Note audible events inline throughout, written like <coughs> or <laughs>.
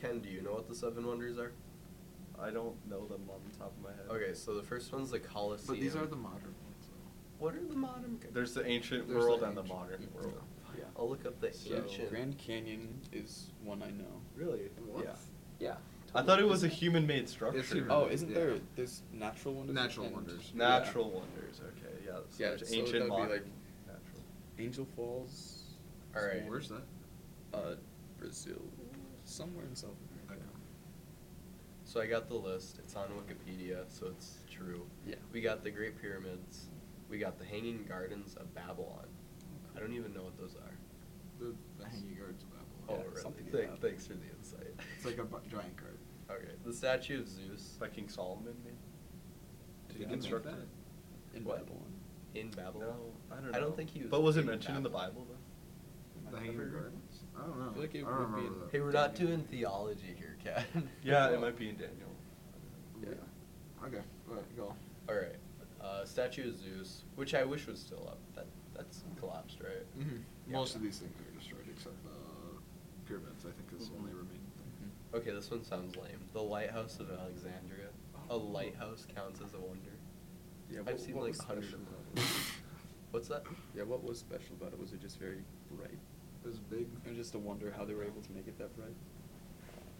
Ken, do you know what the seven wonders are? I don't know them on the top of my head. Okay, so the first one's the Colosseum. Uh, But these are the modern ones. What are the modern? There's the ancient There's world the and the ancient- modern yeah. world. Yeah. I'll look up the So, ancient. Grand Canyon is one I know. Really? What? Yeah. Yeah. I thought it was a human-made structure. human- Oh, isn't Yeah. there? There's natural wonders. Natural and- wonders. Natural wonders. Okay. Yeah. So Yeah, There's so ancient, that'd be modern. like- natural. Angel Falls. All So right. Where's that? Uh, Brazil, somewhere in South I know. America. So I got the list. It's on Wikipedia, so it's true. Yeah. We got the Great Pyramids. We got the Hanging Gardens of Babylon. I don't even know what those are. The, the hanging guards of Babylon. Oh, Yeah, really? something Thank- about- thanks for the insight. <laughs> It's like a bu- giant guard. okay, the statue of Zeus By King Solomon, maybe. Did Did he he make construct that? it? In What? Babylon. in Babylon. Oh. No, I don't. Know. I don't think he was But was it in mentioned in the Babylon. Bible though? The hanging gardens? I don't know. I feel like it I don't would be remember in- that. Hey, we're not Daniel. doing theology here, Kat. <laughs> Yeah, it might be in Daniel. Yeah. Okay, but go. All right, uh, statue of Zeus, which I wish was still up. That that's collapsed, right? Mm-hmm, Yeah. Mm-hmm. Most of these things are destroyed except the pyramids, I think is the only remaining thing. Okay, this one sounds lame. The lighthouse of Alexandria. A Oh. lighthouse counts as a wonder. Yeah, I've what- seen what like was a hundred special of about them. it? <laughs> What's that? Yeah, what was special about it? Was it just very bright? It was big. It was just a wonder how they were able to make it that bright.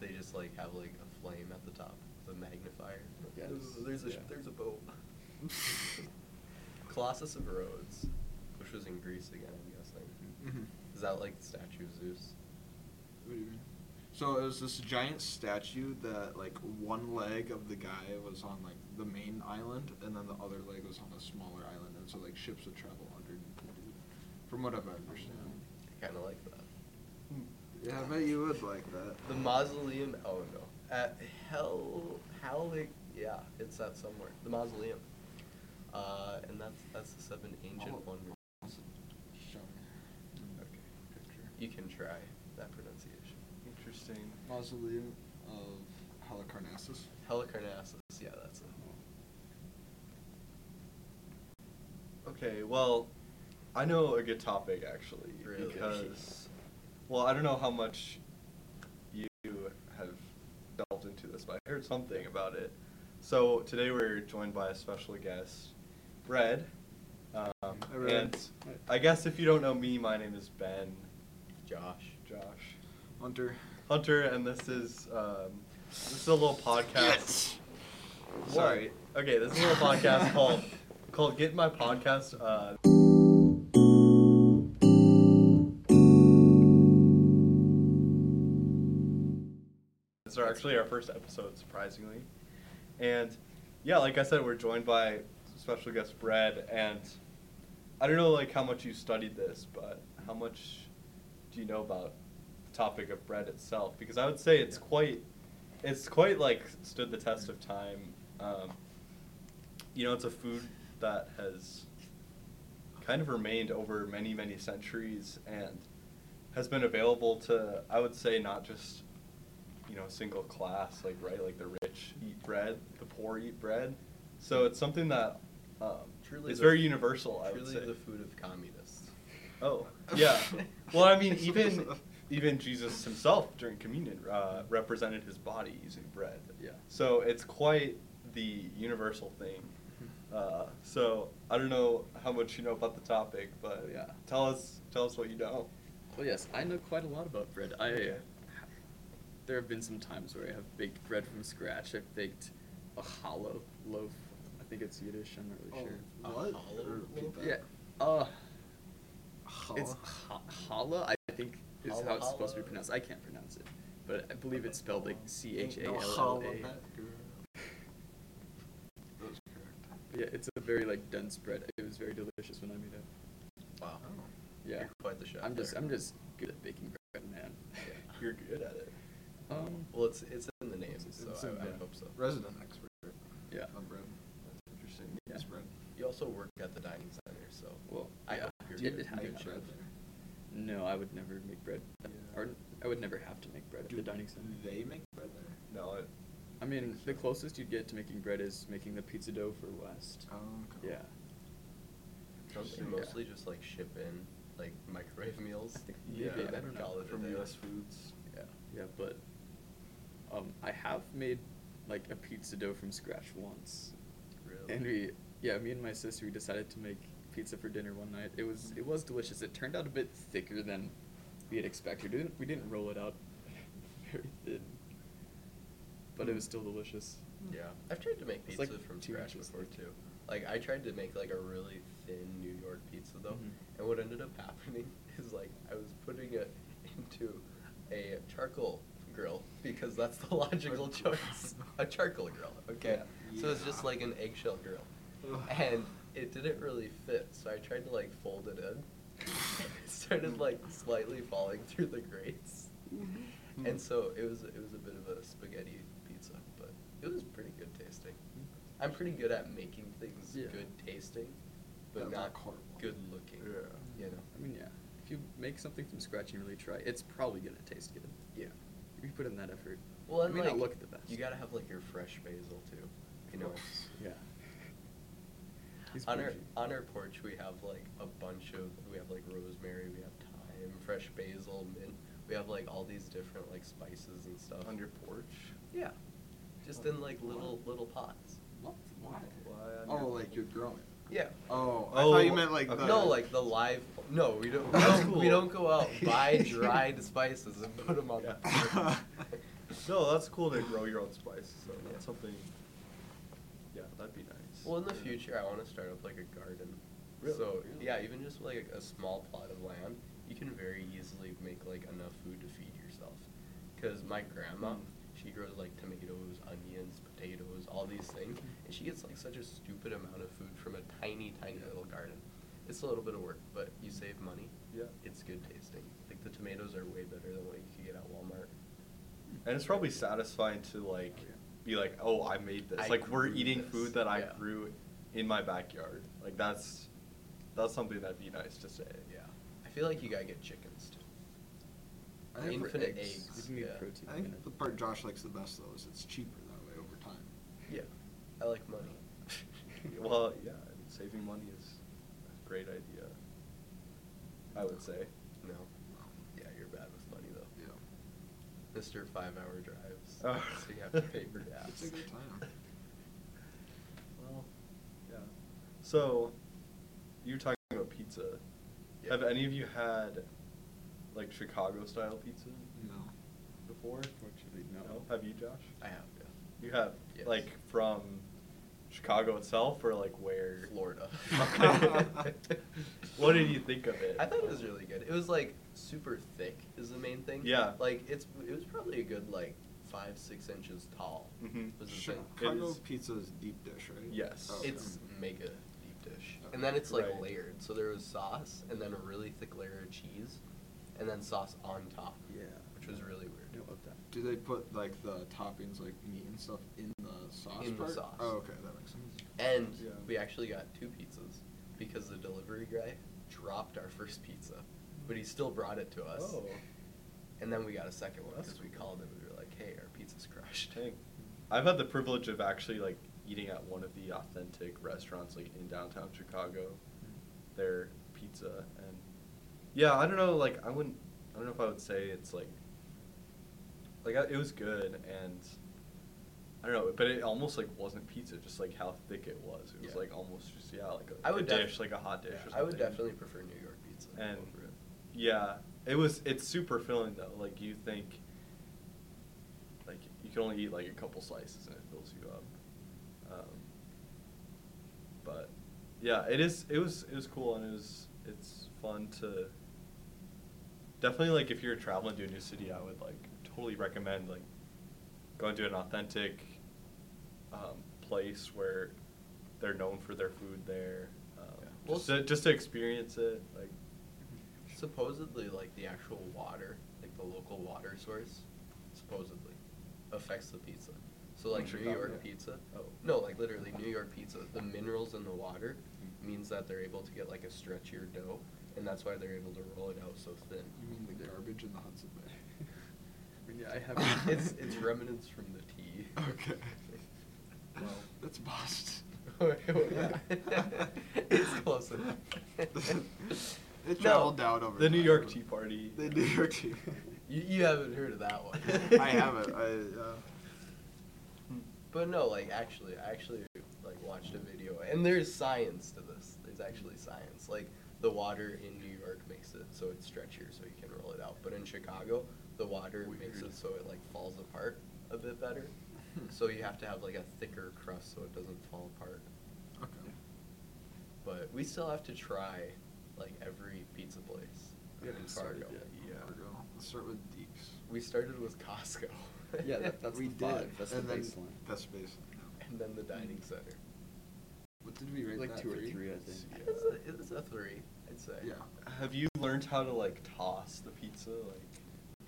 They just like have like a flame at the top, the magnifier. Yes, There's a sh yeah. there's a <laughs> boat. Colossus of Rhodes, which was in Greece again, I'm guessing. Mhm. Mm-hmm. Is that like the statue of Zeus? What do you mean? So it was this giant statue that like one leg of the guy was on like the main island, and then the other leg was on a smaller island, and so like ships would travel underneath the dude. From what I've understand. I kind of like that. Yeah, I bet you would like that. The mausoleum. Oh no. At Hell, Helic. Yeah, it's that somewhere. The mausoleum. Uh, and that's that's the seven ancient Oh. wonders. Show me. Okay. Picture. You can try that pronunciation. Interesting. Mausoleum of Halicarnassus. Helicarnassus. Yeah, that's it. Okay, well, I know a good topic actually Really? because, well, I don't know how much you have delved into this, but I heard something about it. So today we're joined by a special guest, Red. Um, Hi, Red. And I guess if you don't know me, my name is Ben, Josh. Josh, Hunter. Hunter, and this is um, this is a little podcast. Sorry. Okay, this is a <laughs> little podcast called called Get My Podcast. Uh, It's our, actually our first episode, surprisingly. And yeah, like I said, we're joined by special guest Brad. And I don't know like how much you studied this, but how much do you know about the topic of bread itself? Because I would say it's quite, it's quite like stood the test of time. Um, you know, it's a food that has kind of remained over many, many centuries and has been available to, I would say, not just, you know, a single class, like, right? Like the rich eat bread, the poor eat bread. So it's something that um, Truly is the- very universal, I would Truly say. the food of communists. <laughs> Oh, yeah. Well, I mean, even even Jesus himself during communion uh, represented his body using bread. Yeah. So it's quite the universal thing. Mm-hmm. Uh, so I don't know how much you know about the topic, but Yeah. tell us tell us what you know. Well, yes, I know quite a lot about bread. I Okay. there have been some times where I have baked bread from scratch. I've baked a hollow loaf. I think it's Yiddish. I'm not Oh. really A What? hollow Repeat loaf? that. sure. Yeah. Uh, Hollow. it's ha- challah. I think is Challah, how it's supposed to challah. be pronounced. I can't pronounce it, but I believe it's spelled like C H A No, L L hollow A. that girl. That was correct. Yeah, it's a very like dense bread. It was very delicious when I made it. Wow. Yeah. You're quite the chef. I'm just there. I'm just good at baking bread, man. You're good at it. um, Well, it's it's in the name, so it's I, in I the- hope so. Resident expert yeah. on bread. Interesting. Yeah. It's bread. You also work at the dining center, so Well, I yeah. hope you're It- good. it I happened. hope you're good. No, I would never make bread. Yeah. Or I would never have to make bread at the dining center. They make bread there. No, it, I mean, the closest you'd get to making bread is making the pizza dough for West. Oh, okay. Yeah. Don't they Yeah. mostly just like ship in like microwave <laughs> meals? I think Yeah, maybe, I They don't know. call it a from day. U.S. Foods. Yeah. Yeah, but Um, I have made like a pizza dough from scratch once. Really? And we, yeah, me and my sister, we decided to make pizza for dinner one night. It was it was delicious. It turned out a bit thicker than we had expected. We didn't, we didn't roll it out <laughs> very thin, but it was still delicious. Yeah, I've tried to make It's pizza like from two scratch inches before thick. too. Like I tried to make like a really thin New York pizza though, Mhm. and what ended up <laughs> happening is like I was putting it into a charcoal grill because that's the <laughs> <laughs> logical choice. A charcoal grill, okay. So it's just Yeah. like an eggshell grill, Ugh. and it didn't really fit. So I tried to like fold it in. <laughs> it started like slightly falling through the grates. Mm-hmm. And so it was it was a bit of a spaghetti pizza, but it was pretty good tasting. I'm pretty good at making things Yeah. good tasting, but But not not horrible. good looking. Yeah. You know. I mean, yeah, if you make something from scratch and really try, it's probably gonna taste good. Yeah. If you put in that effort, Well, it and may like not look the best. you gotta have like your fresh basil too. You know. yeah. He's on our bougie. on our porch we have like a bunch of we have like rosemary, we have thyme, fresh basil, mint. We have like all these different like spices and stuff. on your porch. Yeah. Just in like little little pots. What? Why? Why on Oh, your- like you're growing. Yeah. Oh, I Oh, thought you meant like okay. the. No, like <laughs> the live. No, we don't. We That's don't, we cool. don't go out buy <laughs> dried spices and put them on the Yeah. No, that's cool to grow your own spice. So Yeah. that's something. Yeah, that'd be nice. Well, in the future, I want to start up like a garden. Really? So Really? yeah, even just like a small plot of land, you can very easily make like enough food to feed yourself. Because my grandma, Mm. she grows like tomatoes, onions, potatoes, all these things, Hmm. and she gets like such a stupid amount of food from a tiny, tiny little garden. It's a little bit of work, but you save money. Yeah. It's good tasting. Like the tomatoes are way better than what you could get at Walmart. And it's probably satisfying to like Oh, yeah. be like, oh, I made this. I like we're grew eating this. food that I Yeah. grew in my backyard. Like that's that's something that'd be nice to say. Yeah. I feel like you gotta get chickens too. I think for Infinite eggs- eggs. You need yeah. protein. I think the part Josh likes the best though is it's cheaper that way over time. Yeah. I like money. <laughs> well, yeah, saving money is a great idea. I would say. No. Yeah, you're bad with money though. Yeah. Mr. Five Hour Drives. Oh. So you have to pay for gas. It's a good time. Well, yeah. So, you're talking about pizza. Yeah. Have any of you had like Chicago style pizza No. before? Unfortunately, no. Have you, Josh? I have, yeah. You have Yes. like from Chicago itself, or like where? Florida. Okay. <laughs> what did you think of it? I thought it was really good. It was like super thick is the main thing. Yeah. Like it's it was probably a good like five, six inches tall. Mhm. Was the Sure. thing. It Chicago is- pizza is deep dish, right? Yes. Mm-hmm. Oh, okay. It's mega deep dish. And then it's like Right. layered. So there was sauce and then a really thick layer of cheese and then sauce on top. Yeah. Which was really weird. I don't love that. Do they put like the toppings like meat and stuff in the sauce In the part? sauce. Oh, okay, that makes sense. And Yeah. we actually got two pizzas because the delivery guy dropped our first pizza, but he still brought it to us. Oh, And then we got a second one That's because we cool. called him and we were like, "Hey, our pizza's crushed." dang. I've had the privilege of actually like eating at one of the authentic restaurants like in downtown Chicago. their pizza and yeah i don't know like i wouldn't i don't know if i would say it's like like I, it was good and i don't know but it almost like wasn't pizza just like how thick it was it was Yeah. like almost just yeah like a, I would a def- dish like a hot dish Yeah, or something I would definitely prefer New York pizza And- over it. yeah it was it's super filling though like you think like you can only eat like a couple slices and it fills you up um, but yeah it is it was it was cool and it was it's fun to definitely like if you're traveling to a new city i would like totally recommend like going to an authentic um, place where they're known for their food there um, Yeah. Well, Mm-hmm. just, to, just to experience it like Supposedly, like the actual water, like the local water source, supposedly affects the pizza. So like In New Chicago? York pizza. Oh. No, like literally New York pizza. The minerals in the water Mm-hmm. means that they're able to get like a stretchier dough, and that's why they're able to roll it out so thin. You mean the garbage in the Hudson <laughs> Bay? I mean, yeah, I <laughs> have. it's it's remnants from the tea. Okay. Well. <laughs> That's Boston. <laughs> it's close <laughs> enough. it traveled down over the new time. york tea party The New York Tea Party. <laughs> <laughs> You, you haven't heard of that one. <laughs> I haven't. I, uh, But no, like actually, I actually like watched a video, and there's science to this. There's actually science. Like the water in New York makes it so it's stretchier, so you can roll it out. But in Chicago, the water makes Weird. it so it like falls apart a bit <laughs> better. so you have to have like a thicker crust so it doesn't fall apart. okay. But we still have to try like every pizza place Yeah, in we started, Fargo. yeah. Fargo. Let's start with Deeks. We started with Costco. Yeah, <laughs> that- that's we the did. five, that's the and then baseline. That's the baseline. yeah. and then the dining center. What did we rate Like that? two or three, I think. It was a, it was a three, I'd say. Yeah. Have you learned how to like toss the pizza? Like,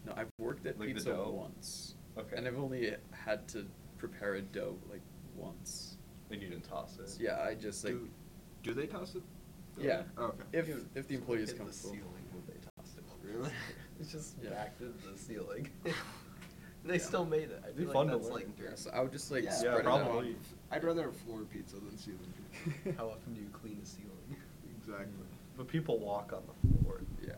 No, I've worked at Like the pizza dough? once. Okay. And I've only had to prepare a dough like once. and you didn't toss it. So, yeah, I just like do, do they toss it? Oh, yeah. Okay. If Dude, if the employee is hit the comfortable. ceiling when they tossed it. <laughs> Really? It's just Yeah. back to the <laughs> ceiling. And they Yeah. still made it. I Be feel fun like to that's learn. like Yeah, dirt. so I would just like Yeah, spread probably. it I'd rather have floor pizza than ceiling pizza. <laughs> out. <laughs> How often do you clean a ceiling? exactly. But people walk on the floor yeah.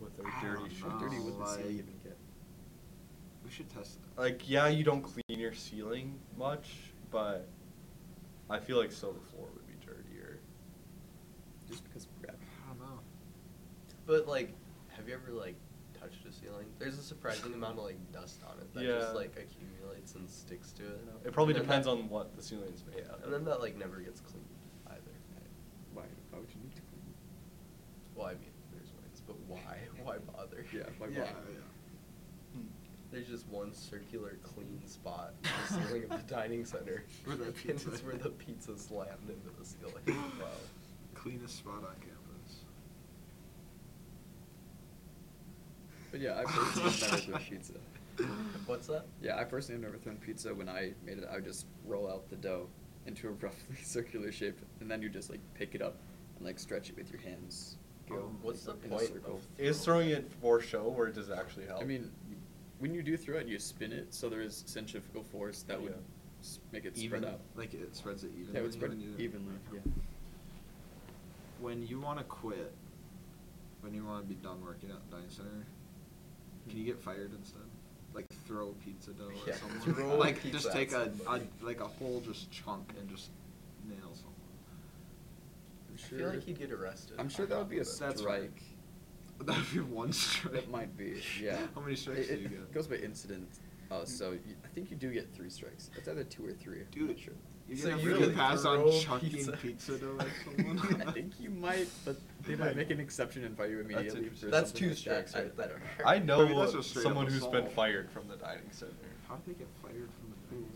with their I dirty don't shoes. How <laughs> dirty know, would the ceiling like- even get? We should test that. Like, yeah, you don't clean your ceiling much, but I feel like so the floor would be dirtier. Just because we're I at don't know. But like, have you ever like touched a ceiling? There's a surprising amount of like dust on it that Yeah. just like accumulates and sticks to it. It probably And then depends that- on what the ceiling is made Yeah, out of. and then that like never gets cleaned either. why why would you need to clean? Well, I mean, there's ways, but why? <laughs> Why bother? Yeah, why yeah, bother? yeah. Hmm. There's just one circular clean spot in the ceiling of <laughs> the dining center. Where <laughs> the And pizza- it's where the pizza slammed into the ceiling. <gasps> Wow. Cleanest spot on campus. But yeah, <laughs> I personally have never thrown pizza. What's that? Yeah, I personally have never thrown pizza. When I made it, I would just roll out the dough into a <laughs> roughly circular shape, and then you just like pick it up and like stretch it with your hands. Go. Um, What's the in point A circle. of- Is throwing it for show or does it actually help? I mean, when you do throw it, you spin it, so there is centrifugal force that would Yeah. s- make it Even, spread out. like it spreads it evenly. yeah, it would spread when you- it evenly. okay. Yeah. When you want to quit, when you want to be done working at the dining center, can you get fired instead? Like throw pizza dough Yeah, at <laughs> someone. throw like pizza just at take a, a somebody. like a whole just chunk and just nail someone. I'm I feel like he'd get arrested. I'm sure that would be a But- That's strike. right. <laughs> That would be one strike. That might be, yeah. <laughs> How many strikes It- do it you get? Goes by incident. Uh, so you, I think you do get three strikes. It's either two or three. I'm Dude, not sure. You're So gonna you really <laughs> could pass on throw chunking pizza. pizza, dough at someone? <laughs> I think you might, but they might make an exception and fire you That's immediately. interesting. for That's something two like that. strikes I- right I don't there. I know know. I mean, that's just straight someone up who's been assault. fired from the dining center. How did they get fired from the dining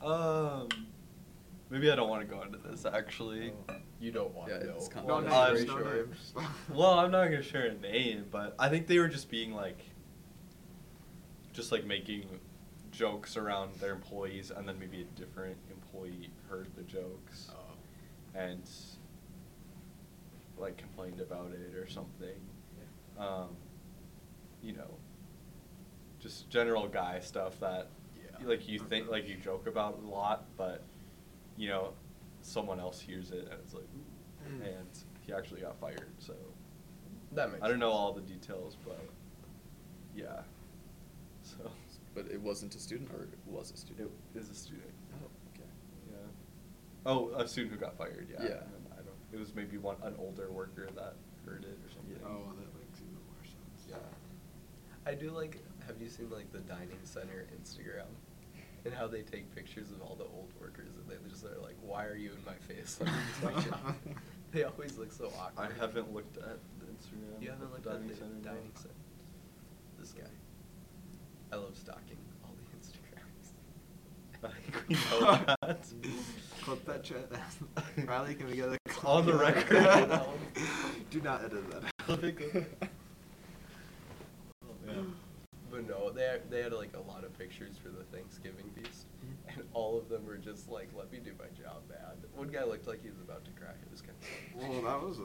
center? Um, maybe I don't want to go into this actually. Oh. You don't want Yeah, to know. it's kind No, of- I'm no, not names, very no sure. names. <laughs> Well, I'm not gonna share a name, but I think they were just being like, just like making jokes around their employees, and then maybe a different employee heard the jokes Oh. and like complained about it or something. Um, you know, just general guy stuff that Yeah. like you think like you joke about a lot, but you know, someone else hears it and it's like, "Ooh," Mm. and he actually got fired. So That makes I don't know sense. all the details, but yeah. So But it wasn't a student, or it was a it student. is a student. Oh, okay. Yeah. Oh, a student who got fired. Yeah. Yeah. And I don't. It was maybe one an older worker that heard it or something. Yeah. Oh, that makes even more sense. Yeah. I do like. Have you seen like the dining center Instagram, and how they take pictures of all the old workers and they just are like, "Why are you in my face?" <laughs> Like, it's my <laughs> job." they always look so I awkward. haven't looked at the Instagram. You haven't of looked the at dining the center yet. dining center. This guy. I love stalking all the <laughs> Instagrams. I <laughs> <laughs> think we <laughs> know that. Clip that shit. <laughs> Riley, can we get a It's on the record. <laughs> <laughs> Do not edit that. Clip it, clip it. Oh. But no, they had- they had like a lot of pictures for the Thanksgiving feast, Mm-hmm. and all of them were just like, "Let me do my job, man." One guy looked like he was about to cry. It was <laughs> kind of. Well, that was a.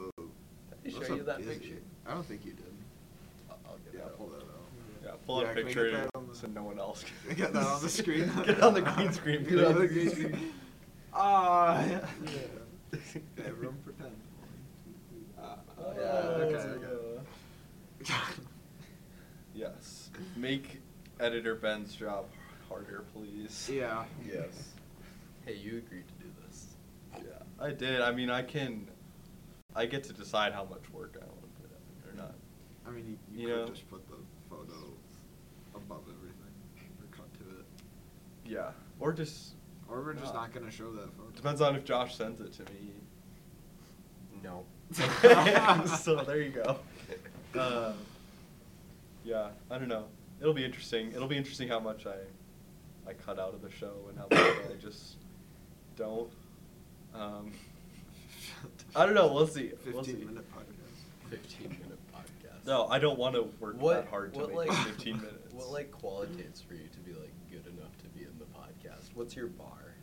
Did I that's show a you that busy- picture? I don't think you did. I'll, I'll get Yeah, it out. pull that out. Yeah, pull out Yeah, a can we get picture that <laughs> on the- so no one else can. <laughs> Get that on the screen. <laughs> Get on the green screen, <laughs> Get on the please. green <laughs> screen. Ah. yeah. Yeah. Everyone pretend. Ah, Oh, yeah. Okay. Uh, okay. Make editor Ben's job harder, please. Yeah. Yes. Hey, you agreed to do this. Yeah, I did. I mean, I can. I get to decide how much work I want to put in or not. I mean, you, You you, know. could just put the photo above everything or cut to it. Yeah, or just. Or we're just Nah. not going to show that photo. Depends on if <laughs> Josh sends it to me. No. <laughs> <laughs> so there you go. Um, yeah, I don't know. It'll be interesting. It'll be interesting how much I, I cut out of the show and how much I just don't. Um, I don't know. We'll see. 15 We'll see. minute podcast. 15 minute podcast. no, I don't want to work What- that hard to what, make like- it <laughs> 15 minutes. What like qualities for you to be like good enough to be in the podcast? What's your bar?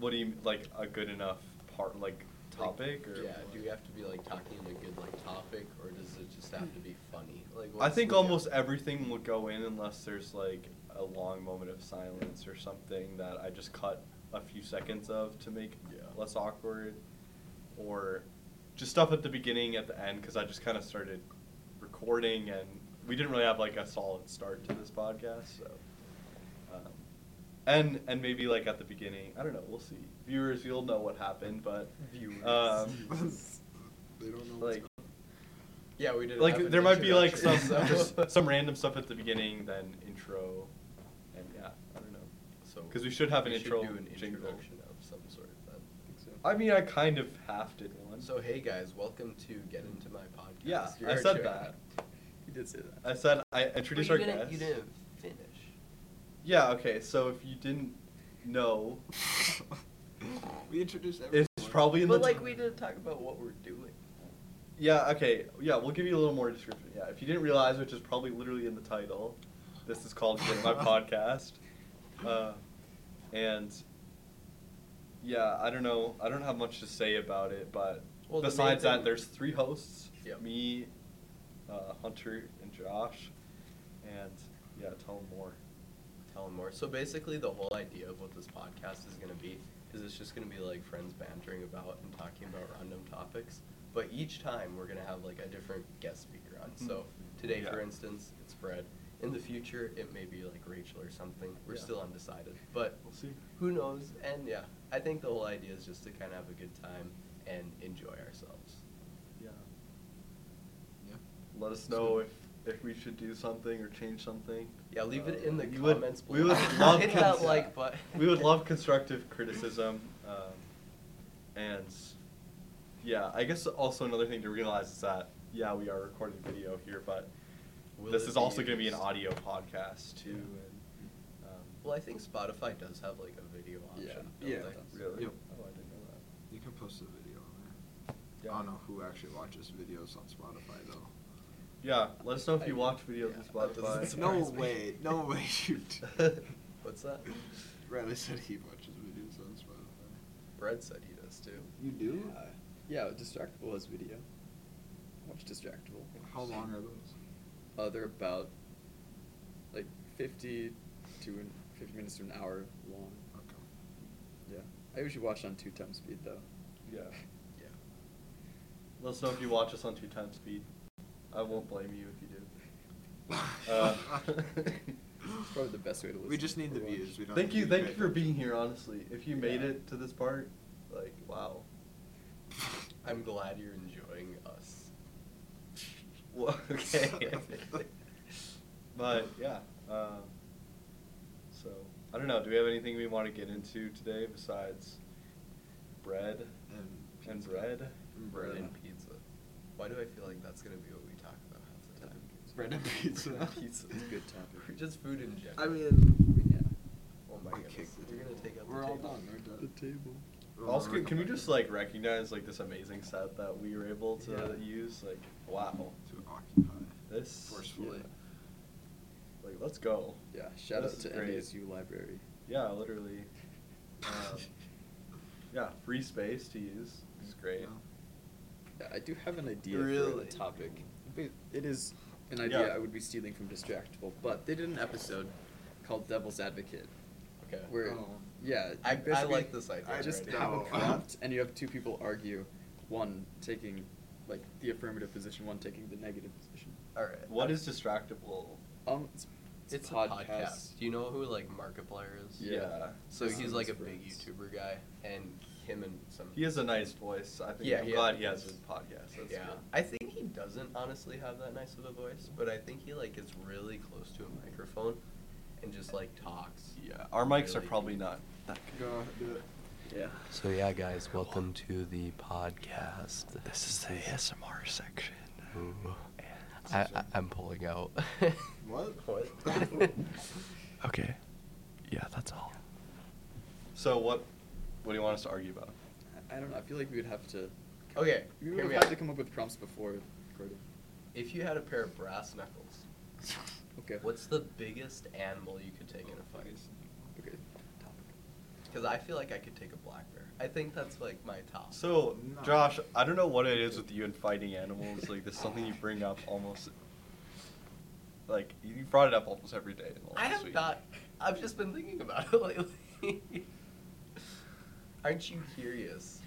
What do you like a good enough part like topic Like, or? yeah, what? do you have to be like talking a good like topic, or does it just have to be funny? Like I what's think the- almost everything will go in unless there's like a long moment of silence or something that I just cut a few seconds of to make Yeah. less awkward, or just stuff at the beginning at the end because I just kind of started recording and we didn't really have like a solid start to this podcast, so. Um, and and maybe like at the beginning, I don't know. We'll see. Viewers, you'll know what happened, but Viewers. <laughs> um, <laughs> they don't know what's like Yeah, we did. like there might be like some <laughs> just some random. random stuff at the beginning, then intro, and yeah, I don't know. So 'Cause we should have an we intro do an jingle. introduction of some sort. Then. I mean, I kind of half did one. So hey guys, welcome to Get Into My Podcast. yeah, You're I our said chair. that. You did say that. I said I introduced Well, our you didn't, guest. You didn't finish. Yeah. Okay. So if you didn't <laughs> know, going We introduced everyone. it's probably in but the. like t- we didn't talk about what we're doing. Yeah. Okay. Yeah. We'll give you a little more description. Yeah. If you didn't realize, which is probably literally in the title, this is called <laughs> Get My Podcast, uh, and yeah, I don't know. I don't have much to say about it, but Well, the main besides that, thing- there's three hosts: Yep. me, uh, Hunter, and Josh. And yeah, tell them more. Tell them more. So basically, the whole idea of what this podcast is going to be is it's just going to be like friends bantering about and talking about random topics. But each time, we're going to have like a different guest speaker on. So today, for Hmm. Yeah. instance, it's Fred. In the future, it may be like Rachel or something. We're Yeah. still undecided, but We'll see. who knows? And yeah, I think the whole idea is just to kind of have a good time and enjoy ourselves. Yeah. Yeah. Let us know if if we should do something or change something. Yeah, leave it Uh, in the we would- comments we below. would <laughs> love Hit that cons- like button. <laughs> We would love constructive criticism, um, and yeah, I guess also another thing to realize is that yeah, we are recording video here, but Will this it is be also going to be an used? audio podcast too. And, um, Well, I think Spotify does have like a video Yeah. option. don't Yeah. they? really? Yep. Oh, I didn't know that. You can post a video on there. Yeah. I don't know who actually watches videos on Spotify though. Yeah, let us know if you I- watch videos yeah, on that doesn't Spotify. surprise No me. way. No <laughs> way, shoot. What's that? Riley said he watches videos on Spotify. Brad said he does too. You do? Yeah, yeah Distractable has video. Watch Distractable. How long are those? Uh, they're about like 50 to an, 50 minutes to an hour long. Okay. Yeah. I usually watch on two times speed though. <laughs> yeah. Yeah. Let us know if you watch us on two times speed. I won't blame you if you do. Uh, It's <laughs> probably the best way to listen. We just need the or watch. views. We don't thank need you, the thank you for paper. being here. <laughs> Honestly, if you made Yeah. it to this part, like wow. <laughs> I'm glad you're enjoying us. Well, okay. <laughs> but yeah. Um, so I don't know. Do we have anything we want to get into today besides bread And and pizza. bread? And Bread bread. and <laughs> pizza. Why do I feel like that's gonna be what we talk about half the time? Bread <laughs> and pizza. pizza. <laughs> It's a good topic. Or <laughs> Just food in general. I mean, Yeah. Oh my I goodness. kicked it. You're gonna take out the <laughs> We're all table. done. We're done. The table. Well, Also, we're can, can we coming. just like recognize like this amazing set that we were able to Yeah. use? Like, wow, to occupy this forcefully. yeah. Like, let's go. Yeah. Shout This out is to great. NDSU Library. Yeah, literally. Um, yeah, free space to use. It's great. Yeah, I do have an idea for Really? a topic. It- It is an idea Yeah. I would be stealing from Distractable, but they did an episode called Devil's Advocate. Okay. Where, Oh. yeah, I- I basically like this idea I just already. have a No. prompt, and you have two people argue, one taking like the affirmative position, one taking the negative position. All right. What is distractable? Um, it's, It's, a podcast. Do you know who like Markiplier is? Yeah. So This he's is like a his big friends. YouTuber guy, and him and some. He has a nice voice. I think Yeah, I'm he glad has- he has his podcast. That's yeah, good. I think he doesn't honestly have that nice of a voice, but I think he like gets really close to a microphone, and just like talks. Yeah, our mics are really probably deep. not that good. Go do it. Yeah. So yeah, guys, welcome to the podcast. This is the ASMR section. I, I, I'm pulling out. <laughs> What? What? Okay. Yeah, that's all. So what? What do you want us to argue about? I I don't know. I feel like we would have to. Okay, We hear would me have out. to come up with prompts before recording. if you had a pair of brass knuckles, Okay. what's the biggest animal you could take in a fight? Okay. Because I feel like I could take a black bear. I think that's like my top. So, No. Josh, I don't know what it is with you and fighting animals. Like, this is something you bring up almost. Like, you brought it up almost every day. In the last I have week. <laughs> not. I've just been thinking about it <laughs> lately. Aren't you curious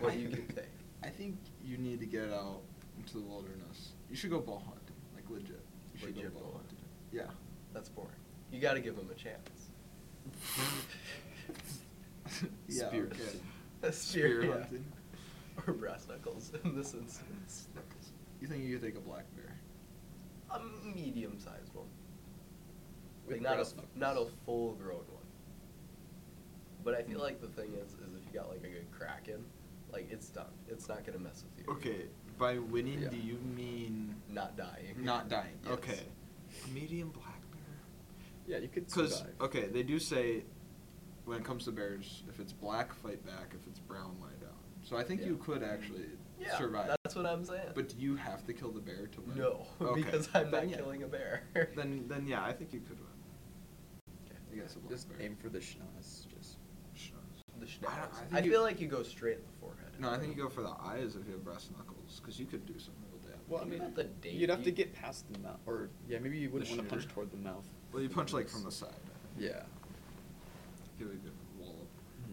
what you can take? <laughs> I think you need to get out into the wilderness. You should go ball hunting, like legit. You should Legit go ball ball hunting. hunting. Yeah. That's boring. You got to give them a chance. <laughs> yeah. <laughs> Spear okay. hunting. A spear, Spear yeah. hunting. <laughs> Or brass knuckles <laughs> in this instance. You think you could take a black bear? A medium-sized one. With Like not a brass knuckles. not a full-grown one. But I Hmm. feel like the thing is, is if you got like a good kraken, like it's done. It's not gonna mess with you. Okay. By winning, Yeah. do you mean Not dying. not dying? Yes. Okay. A medium black bear. Yeah, you could Because survive. okay, they do say when it comes to bears, if it's black, fight back. If it's brown, lie down. So I think you Yeah. could actually Yeah, survive. that's what I'm saying. But do you have to kill the bear to win? No, Okay. because I'm Then not yeah. killing a bear. Then then yeah, I think you could win. I guess a black Just bear. aim for the schnoz. Just. Schnoz. the I schnauz. don't- I think I, you- feel like you go straight in the forehead. No, I think you go for the eyes if you have brass knuckles, because you could do some real damage. Well, I Think mean, about the date you'd have to you- get past the mouth, or yeah, maybe you wouldn't want to punch shooter. toward the mouth. Well, you punch like from the side. I think. Yeah. Give it a good wallop. Hmm.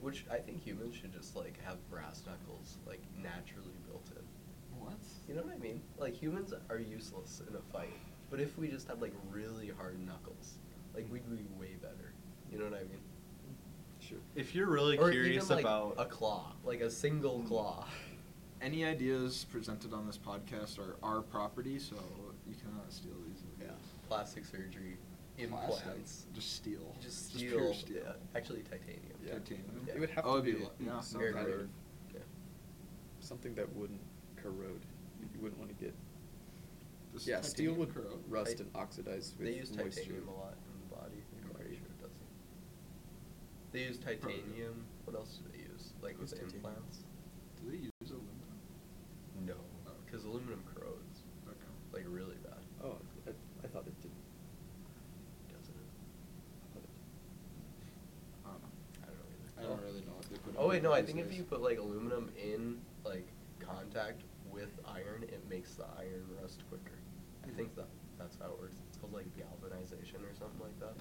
Which I think humans should just like have brass knuckles like naturally built in. What? You know what I mean? Like humans are useless in a fight, but if we just had like really hard knuckles, like we'd be way better. You know what I mean? Sure. If you're really or curious even, like, about a claw, like a single claw. Any ideas presented on this podcast are our property, so you cannot steal these. Yeah. Plastic surgery, Plastic. implants, Just steal. just Just steel, pure steel. yeah, actually titanium. Yeah. Titanium. Yeah. It would have Oh, to it'd be, be li- yeah, some Very not kind bad. of, rare. Yeah. something that wouldn't corrode. You wouldn't want to get. This yeah, steel titanium would corrode. rust Ti- and oxidize with They use moisture. titanium a lot in the body. I'm pretty Right. sure it doesn't. They use titanium. What else do they use? Like What's with titanium? implants? Do they use aluminum? No, because aluminum corrodes Okay. like really bad, Oh, I, I thought it did. doesn't it? I thought it I don't know. I don't know I either. don't really know what they put. Oh in wait, it no. I these think if days. you put like aluminum in like contact with iron, it makes the iron rust quicker. I think Mm-hmm. that that's how it works. It's called like galvanization or something like that.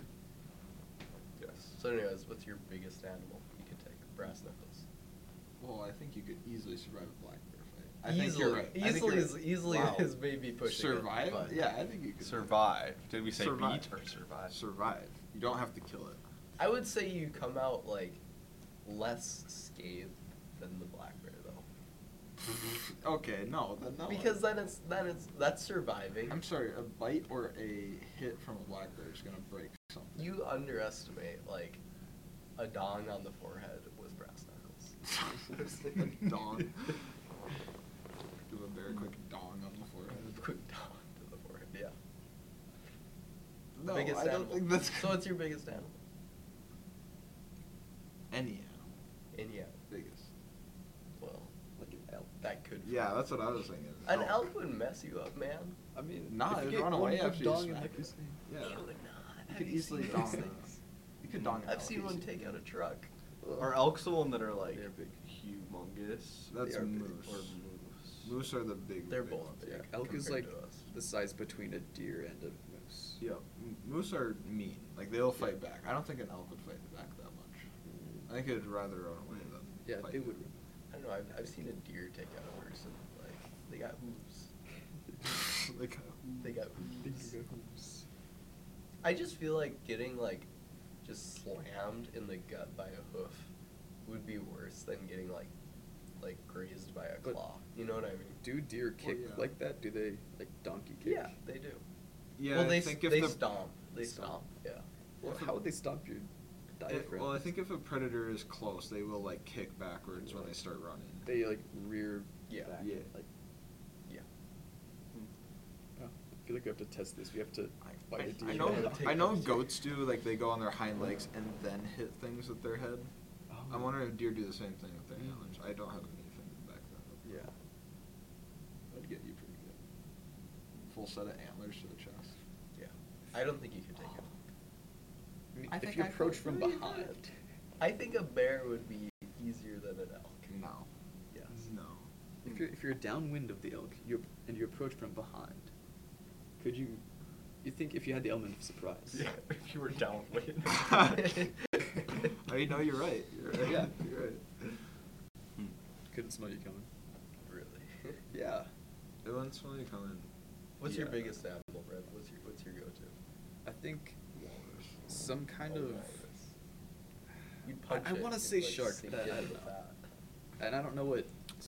yes. So, anyways, what's your biggest animal you could take? Brass knuckles. Well, I think you could easily survive a black bear fight. I think you're right. I think Easily, you're is right. easily Wow. is maybe pushing it, survive. but- yeah, I think you could Survive. Did we say Survive. beat or survive? Survive. You don't have to <laughs> kill it. I would say you come out like less scathed than the black bear though, Okay, no, then no. because then it's then it's that's surviving. I'm sorry, a bite or a hit from a black bear is gonna break something. You <laughs> underestimate like a dong on the forehead with brass <laughs> knuckles. a dong. <laughs> Give a bear a quick dong on the forehead. Quick dong to the forehead. Yeah. No, biggest I don't animal. think that's. So what's your biggest animal? any animal And yeah, biggest? well, Like an elk. that could. Yeah, that's what I was thinking. An Elk. elk would mess you up, man. I mean, Nah, if you it'd get run one away good after you dong and smack like it. you say, Yeah. It would You not. could easily seen dong those it. things? You could dong. an I've elk seen one easily. take out a truck. Are elks the one that are like They're big. humongous? That's They are big. moose. Or moose. Moose are the big. They're big both ones. big. Yeah, elk is compared like to us. the size between a deer and a moose. Yeah, m- moose are mean. Like they'll fight back. I don't think an elk would fight back that much. I think it'd rather run away than. Yeah, fight they would. <laughs> back. I don't know. <laughs> I've, I've seen a deer take out a person. Like they got hooves. like uh, eh, They got Think hooves. you got hooves. I just feel like getting like just slammed in the gut by a hoof would be worse than getting like like grazed by a But- claw. You know what I mean? Do deer Well, kick yeah. like that? Do they like donkey kick? Yeah, they do. Yeah, well, I they s- think if they the stomp. They stomp. Stomp. Yeah. Well, If a- how would they stomp your It- diaphragm? well, I think if a predator is close, they will like kick backwards when they start running. they like rear Yeah. back. Yeah. Like, Yeah. oh, I feel like we have to test this. We have to I- fight a I, deer. I know, Yeah, take I know those. goats do like they go on their hind legs and then hit things with their head. Oh. I'm wondering if deer do the same thing with their Mm. hind legs. I don't have anything to back that Yeah. up. That'd get you pretty good. Full set of antlers to the chest. Yeah. I don't think you could take it. I mean, I if think you I approach could from really behind, good. I think a bear would be easier than an elk. No. Yeah. <laughs> No. if you're if you're downwind of the elk, you and you approach from behind, could you? You think if you had the element of surprise? <laughs> Yeah, if you were down with it. I mean, no, Oh, you're right. You're right. Yeah. You're right. Couldn't smell you coming. <laughs> Really. <laughs> Yeah. It wouldn't smell you coming. What's your Yeah. biggest <laughs> animal, Brad? What's your what's your go-to? I think some kind Oh, of, walrus. You'd I- punch I it wanna and, say like, shark, sink but I- into I don't the know. fat. and I don't know what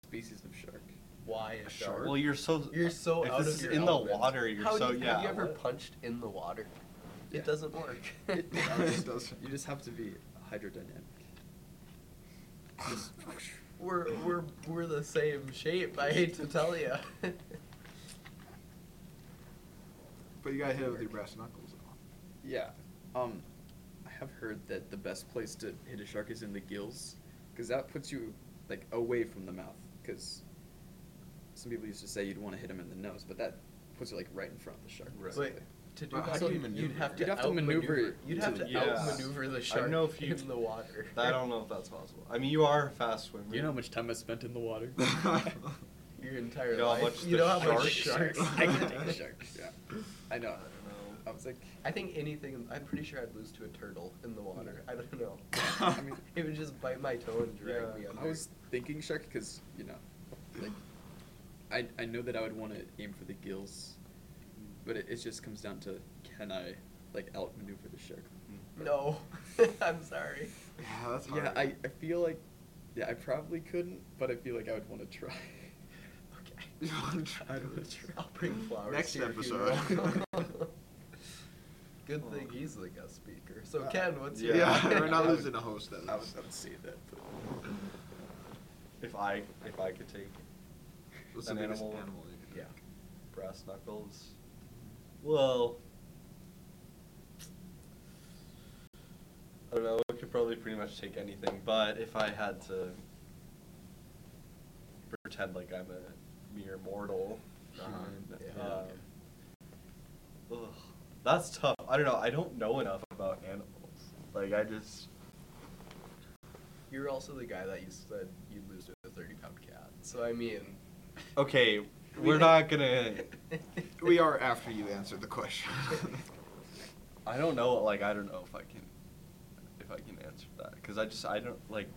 species of shark. Why A a shark? shark? Well, you're so You're so if out this of is your in element. the water. You're How so do you, yeah. Have you ever what? punched in the water? Yeah. It doesn't work. <laughs> <laughs> It It does. doesn't. you just have to be hydrodynamic. Just- we're we're we're the same shape. I hate to tell you. <laughs> But you got hit with your brass knuckles. yeah. Um, I have heard that the best place to hit a shark is in the gills, because that puts you like away from the mouth. Because some people used to say you'd want to hit them in the nose, but that puts you like right in front of the shark. Right. But basically. to do But how that, do you would maneuver? have to You'd have to outmaneuver. maneuver you'd to have the- to Yeah. outmaneuver the shark I know if you in the water. <laughs> I don't know if that's possible. I mean, you are a fast swimmer. You know how much time I spent in the <laughs> water. <laughs> Your entire You know how life. much you the know how much shark- sharks. I <laughs> can take a shark. Yeah. I know. I don't I know. was like, <laughs> I think anything. I'm pretty sure I'd lose to a turtle in the water. I don't <laughs> know. I mean, It would just bite my toe and drag Yeah. me under. I was thinking shark because you know, like, I I know that I would want to aim for the gills, but it, it just comes down to can I like outmaneuver the shark? No, <laughs> I'm sorry. yeah, that's hard. Yeah, I, I feel like, yeah, I probably couldn't, but I feel like I would want to try. Okay. You wanna try I'd wanna this? try. <laughs> I'll bring flowers. Next to your episode. funeral. <laughs> Good thing Oh. he's the guest speaker. So Uh, Ken, what's <laughs> Yeah, your? Yeah. <laughs> we're not <laughs> losing a host at I would, this. I would say that. But If I if I could take What's an the biggest animal, animal you could Yeah. brass knuckles, well, I don't know. I could probably pretty much take anything. But if I had to pretend like I'm a mere mortal, Human, um, yeah. um, ugh, that's tough. I don't know. I don't know enough about animals. Like I just. You're also the guy that you said you'd lose to a 30 pound cat. Um, So I mean. <laughs> Okay, we're not gonna. We are after you answered the <laughs> question. I don't know. Like I don't know if I can, if I can answer that because I just I don't like,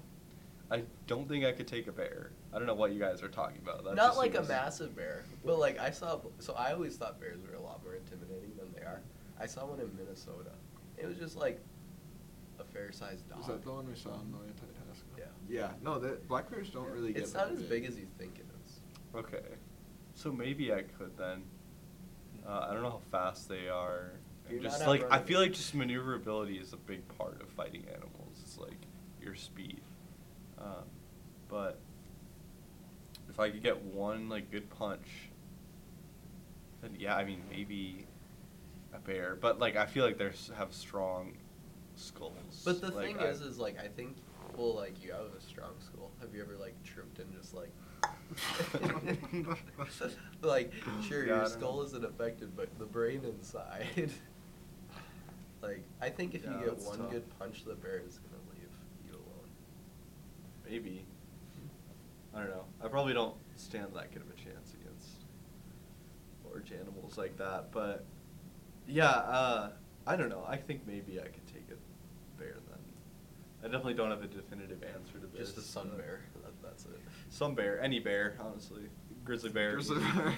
I don't think I could take a bear. I don't know what you guys are talking about. That not just like a seems- massive bear, but like I saw. So I always thought bears were a lot more intimidating than they are. I saw one in Minnesota. It was just like a fair sized dog. Was that the one we saw in the Antitasker? Yeah. Yeah. No, that black bears don't really get. It's not that as big as you think it is. Okay, so maybe I could then. Uh, I don't know how fast they are. and You're just not like I outrunning feel them. like just maneuverability is a big part of fighting animals. It's like your speed, um, but if I could get one like good punch, then yeah, I mean maybe a bear. But like I feel like they have strong skulls. But the Like, thing I- is, is like I think, well, like you have a strong skull. Have you ever like tripped and just like, <laughs> like sure Yeah, I your don't skull know. isn't affected, but the brain inside. <laughs> like I think if Yeah, you get that's one tough. good punch, the bear is gonna leave you alone. maybe I don't know. I probably don't stand that good of a chance against large animals like that. But yeah, uh, I don't know. I think maybe I could take a bear then. I definitely don't have a definitive answer to this. Just a sun but- bear. That, that's it. Some bear, any bear, honestly. Grizzly bear. Grizzly easy. bear.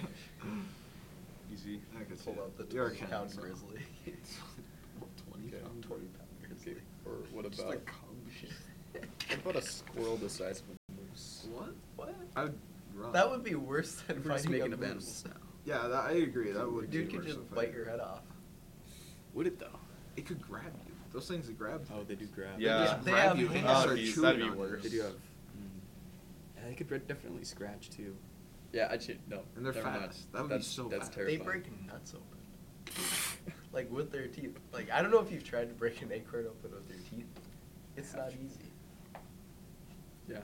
<laughs> easy. I could see Pull it. out the You're a 20 cat, pound so. grizzly. <laughs> <laughs> Twenty Okay. pound. Twenty pound grizzly. Okay, Or what Just a about cub. what about a squirrel the size of a moose? What? <laughs> What? I would run. That would be worse than We're just fighting a making up moose. animals now. Yeah, that, I agree. That would. Dude be could worse just if I- bite your head off. Would it though? It could grab you. Those things that grab. Oh, they do grab. They Yeah. just They grab have you hands. and Oh, start That'd be- chewing that'd be on you. worse. They do <laughs> have. Mm. Yeah, they could re- definitely scratch too. Yeah, I should no. And they're never mind. fast. That would be that's, so that's bad. They terrifying. break nuts open. Like with their teeth. Like I don't know if you've tried to break an acorn open with your teeth. It's not easy. Yeah.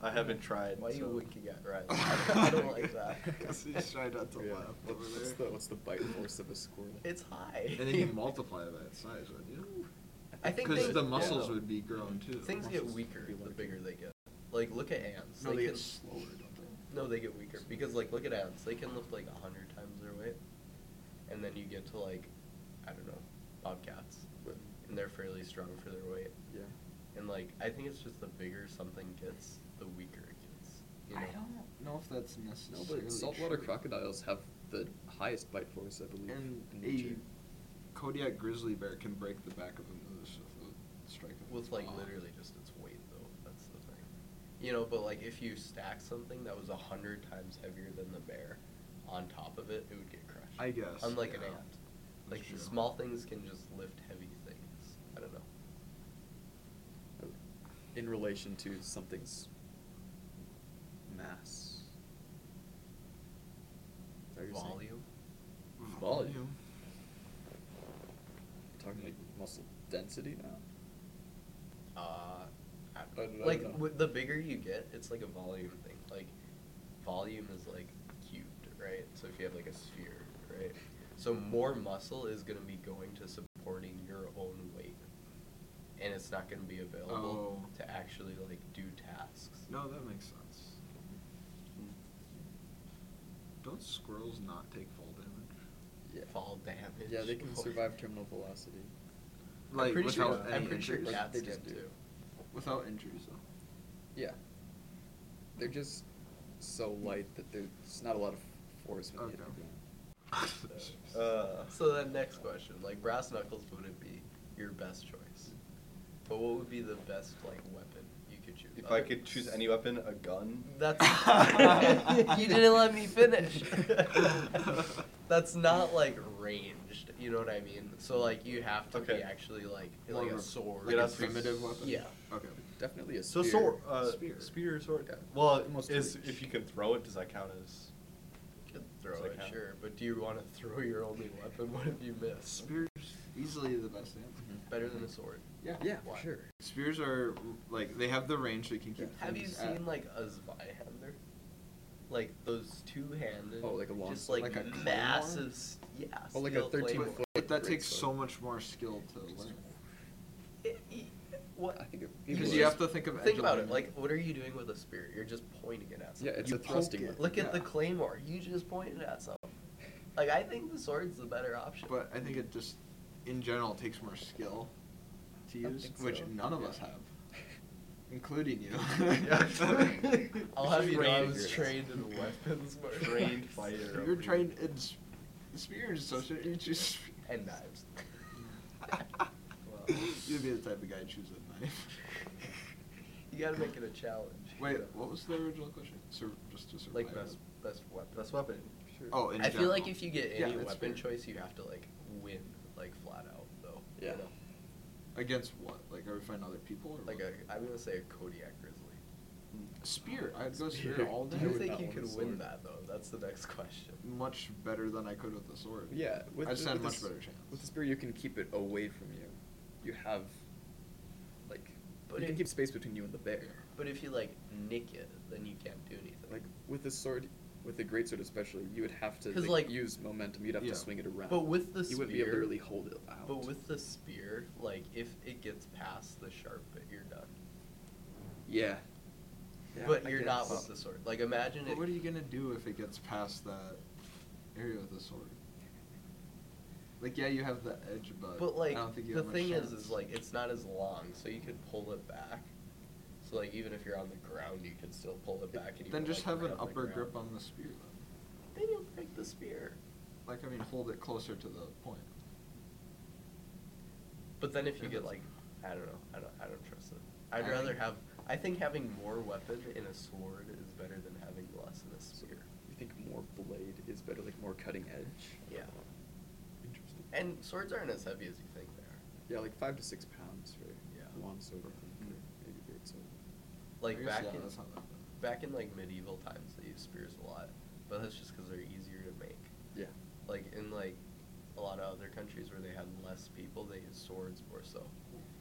I haven't tried. Why are you so- winking at <laughs> Riley? I don't like that. Because he's trying not to Yeah. laugh over What's, what's the there. what's the bite force of a squirrel? It's high. And then you multiply that size, would you? <laughs> I think Because they- the yeah. muscles would be grown too. Things The get muscles- weaker be the like- bigger they get. Like look at ants. No, they can- get slower, don't they? No, they get weaker because like look at ants. They can lift like a hundred times their weight, and then you get to like, I don't know, bobcats, But, and they're fairly strong for their weight. yeah. And like I think it's just the bigger something gets, the weaker it gets. You know? I don't know if that's No, necessarily. but saltwater true. crocodiles have the highest bite force, I believe. And in a nature. Kodiak grizzly bear can break the back of a moose with a strike of With its like paw. literally just its weight though. That's the thing. You know, but like if you stack something that was a hundred times heavier than the bear, on top of it, it would get crushed. I guess, Unlike an yeah. ant, That's like true. small things can just lift heavy things. I don't know. in relation to something's mass. Is that what you're saying? Volume. Volume. We're talking like muscle density Uh, now. I I don't don't- know. I like don't know. w- the bigger you get, it's like a volume thing. Like volume is like cubed, right? So if you have like a sphere, right? So more muscle is going to be going to supporting your own weight, and it's not going to be available Oh. to actually like do tasks. No, that makes sense. Don't squirrels not take fall damage? Yeah. Fall damage. Yeah, they can or- survive terminal velocity. I'm pretty sure. without I'm any pretty sure injuries? cats They can just do. too. Without injuries, though. <laughs> Yeah. They're just so light that there's not a lot of force when they hit Okay. the ground. Uh, So then, next question: like brass knuckles wouldn't be your best choice, but what would be the best like weapon you could choose? if I Other- could choose any weapon, a gun. <laughs> That's <laughs> you didn't let me finish. <laughs> That's not like ranged. You know what I mean? So like you have to Okay. be actually like <laughs> More like of a a- sword. Like Like Yeah, a that's- primitive weapon? Yeah. Okay. Definitely a So spear. sword, uh, Spear. spear, sword. Yeah. Well, Almost is reach. if you can throw it, does that count <laughs> as? You could throw Like it, how- sure. But do you want to throw your only weapon? What if you miss? Spears, easily the best answer. Mm-hmm. Better than a sword. Yeah. Yeah, Why? for sure. Spears are, like, they have the range they can keep Have you things at. seen like a Zweihander? Like those two-handed. Oh, like a long Just sword. like, Like a claymore? massive. s- Yeah. Oh, like a steel claymore. 13 foot. But that Great takes sword. so much more skill to learn. It- it- What? I think it, Because it you was- have to think of edge Think about it. alignment. Like, what are you doing with a spear? You're just pointing it at Yeah, something. it's You a poke thrusting. it. weapon. Look at the yeah. claymore. You just pointed at something. Like, I think the sword's the better option. But I think it just, in general, takes more skill to I don't use, think which so. none of Yeah. us have, including you. <laughs> Yeah. I'll have Should you be know I trained was here. trained in weapons, but <laughs> Trained fighter. You're trained in s- spears, so shouldn't you choose spears? and knives. <laughs> <laughs> You'd be the type of guy to choose a knife. <laughs> You gotta make it a challenge. Wait, what was the original question? Sur- just to survive. Like best best weapon. Best weapon. Sure. Oh, in <laughs> I feel like general. if you get Yeah, any that's weapon fair. choice, you have to like win like flat out though. you Yeah. know? Against what? Like, are we fighting other people? Or Like what? a, I'm gonna say a Kodiak Grizzly. spear. I'd <laughs> go Spear. spear all Do day. I you would think not you want a could win sword. Mm. that though? That's the next question. much better than I could with the sword. Yeah, with I just the, had a with the much s- better chance. With the spear, you can keep it away from you. You have, like, But you can it- keep space between you and the bear. But if you like nick it, then you can't do anything. Like with the sword, with the greatsword especially, you would have to 'Cause, like, like- use momentum. You'd have Yeah. to swing it around. But with the you wouldn't be able to spear- really hold it out. But with the spear, like if it gets past the sharp bit, you're done. yeah, Yeah, but I you're not with guess. the sword. Like imagine But it. what are you gonna do if it gets past that area with the sword? Like, yeah, you have the edge, but, but like I don't think you the have thing much is, is chance. like it's not as long, so you could pull it back. So like even if you're on the ground, you could still pull it back. And you then would, just like, have land an on the upper grip ground. on the spear. Then. Then you'll break the spear. like I mean, hold it closer to the point. But then if If you get it's- like, I don't know, I don't, I don't trust it. I'd I rather think- have. I think having more weapon in a sword is better than having less in a spear. You think more blade is better, like more cutting edge? Yeah. Interesting. And swords aren't as heavy as you think they are. yeah, like five to six pounds for Yeah. one silver, Mm. maybe great silver. I Like guess, back yeah, in that's not that bad. back in like medieval times, they used spears a lot, but that's just because they're easier to make. Yeah. Like in like a lot of other countries where they had less people, they used swords more so.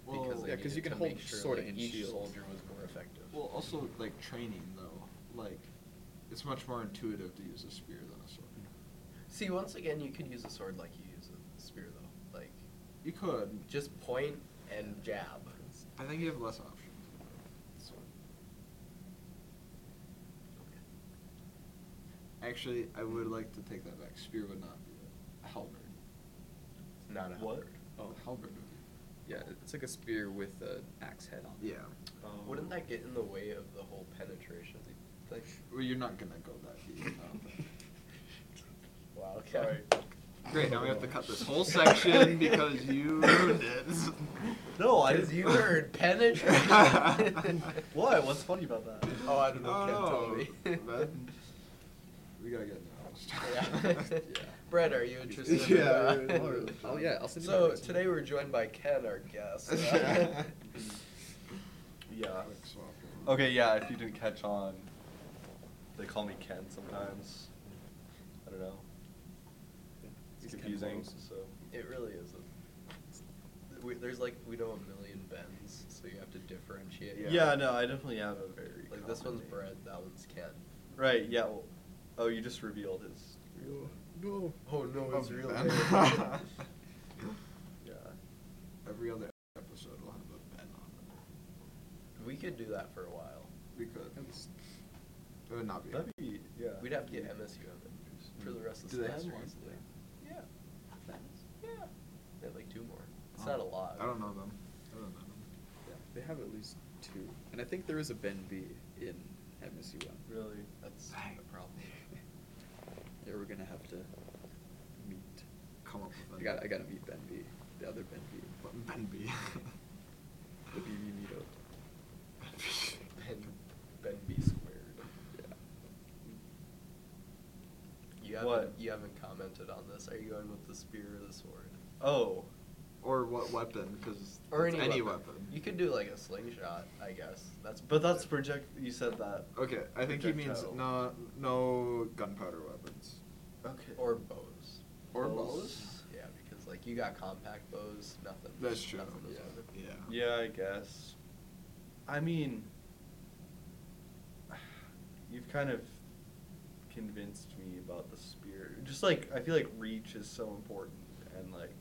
Well- because they Yeah, 'cause you needed can to hold make sure sword like, and each shield. soldier was more effective. Well, also like training though, like it's much more intuitive to use a spear than a sword. See, once again, you could use a sword like you use a spear though, like You could. just point and jab. I think you have less options. So, actually, I would like to take that back. Spear would not be it. A halberd. Not a What? halberd. Oh. a halberd. Would Yeah, it's like a spear with an axe head on. be. it. Yeah. Um, Wouldn't that get in the way of the whole penetration thing? Well, you're not gonna go that deep. I <laughs> don't think. Wow. Sorry. Great. Now we have to cut this <laughs> whole section because you ruined it. <laughs> No, I Because didn't. you <laughs> heard penetration. What? What's funny about that? Oh, I don't know. Oh, <laughs> Can't tell me. man. we gotta get now. yeah. <laughs> Brett, are you interested? in <laughs> Yeah, that? really, really. <laughs> Oh yeah, I'll send you. my So resume. today we're joined by Ken, our <laughs> guest. Uh, Yeah. Yeah. Quick swap. Okay, yeah, if you didn't catch on, they call me Ken sometimes. I don't know. Yeah, It's he's Ken confusing, Holmes. so. <laughs> It really isn't. We, there's like we know a million Bens, so you have to differentiate. Yeah. Yeah, no, I definitely have a very. Like this common one's name. Brett, that one's Ken. Right, yeah. Well, oh, you just revealed his real name. No. Oh no, it's Oh, real. Ben. Yeah. <laughs> Every other episode will have a Ben on it. we could do that for a while. We could. That was- It would not be. That'd be, yeah. We'd have to get MSU on it for the rest of the Do they have semester. one? Yeah. Yeah. They have like two more. It's not a lot. Oh. I don't know them. I don't know them. Yeah, they have at least two, and I think there is a Ben B in MSU one. Really? That's Dang. a problem. Yeah, we're gonna have to meet. <laughs> Come up with. I got I gotta meet Ben B, the other Ben B, What Ben be? <laughs> the BB meetup. Ben, ben B squared. Yeah. You haven't, What? you haven't commented on this. Are you going with the spear or the sword? Oh. or what weapon? Because Or any, any, weapon. You could do like a slingshot, I guess. That's But that's pretty. project. You said that. Okay, I think he means projectile. no, no gunpowder weapons. Okay. Or bows. Or Bows? bows. Yeah, because like you got compact bows, nothing. That's true. nothing is Yeah. weapon. Yeah. Yeah, I guess. I mean, <sighs> you've kind of convinced me about the spear. Just like I feel like reach is so important, and like,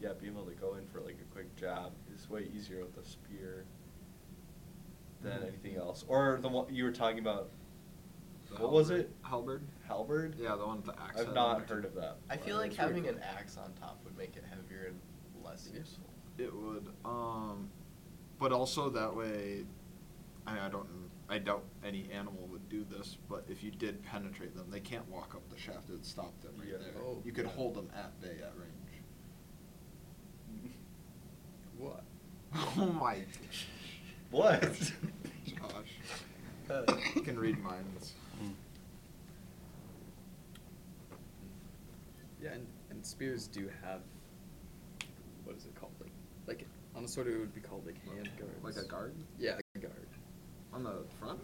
yeah, being able to go in for like a quick jab is way easier with the spear than Mhm. anything else. Or the one you were talking about. The what was halberd- it? Halberd. Halberd. Yeah, the one with the axe. I've head on not it. heard of that. I feel but like it's weird. having an axe on top would make it heavier and less Yeah. useful. It would, um, but also that way, I, I don't, I doubt any animal would do this. But if you did penetrate them, they can't walk up the shaft. It'd stop them right Yeah. there. Oh, you could yeah. hold them at bay at range. <laughs> <laughs> What? oh my, <laughs> <laughs> What? Josh, Uh, you can read minds. Yeah, and, and spears do have what is it called? Like like on the sword it would be called like hand guards. Like a guard Yeah, a guard. on the front.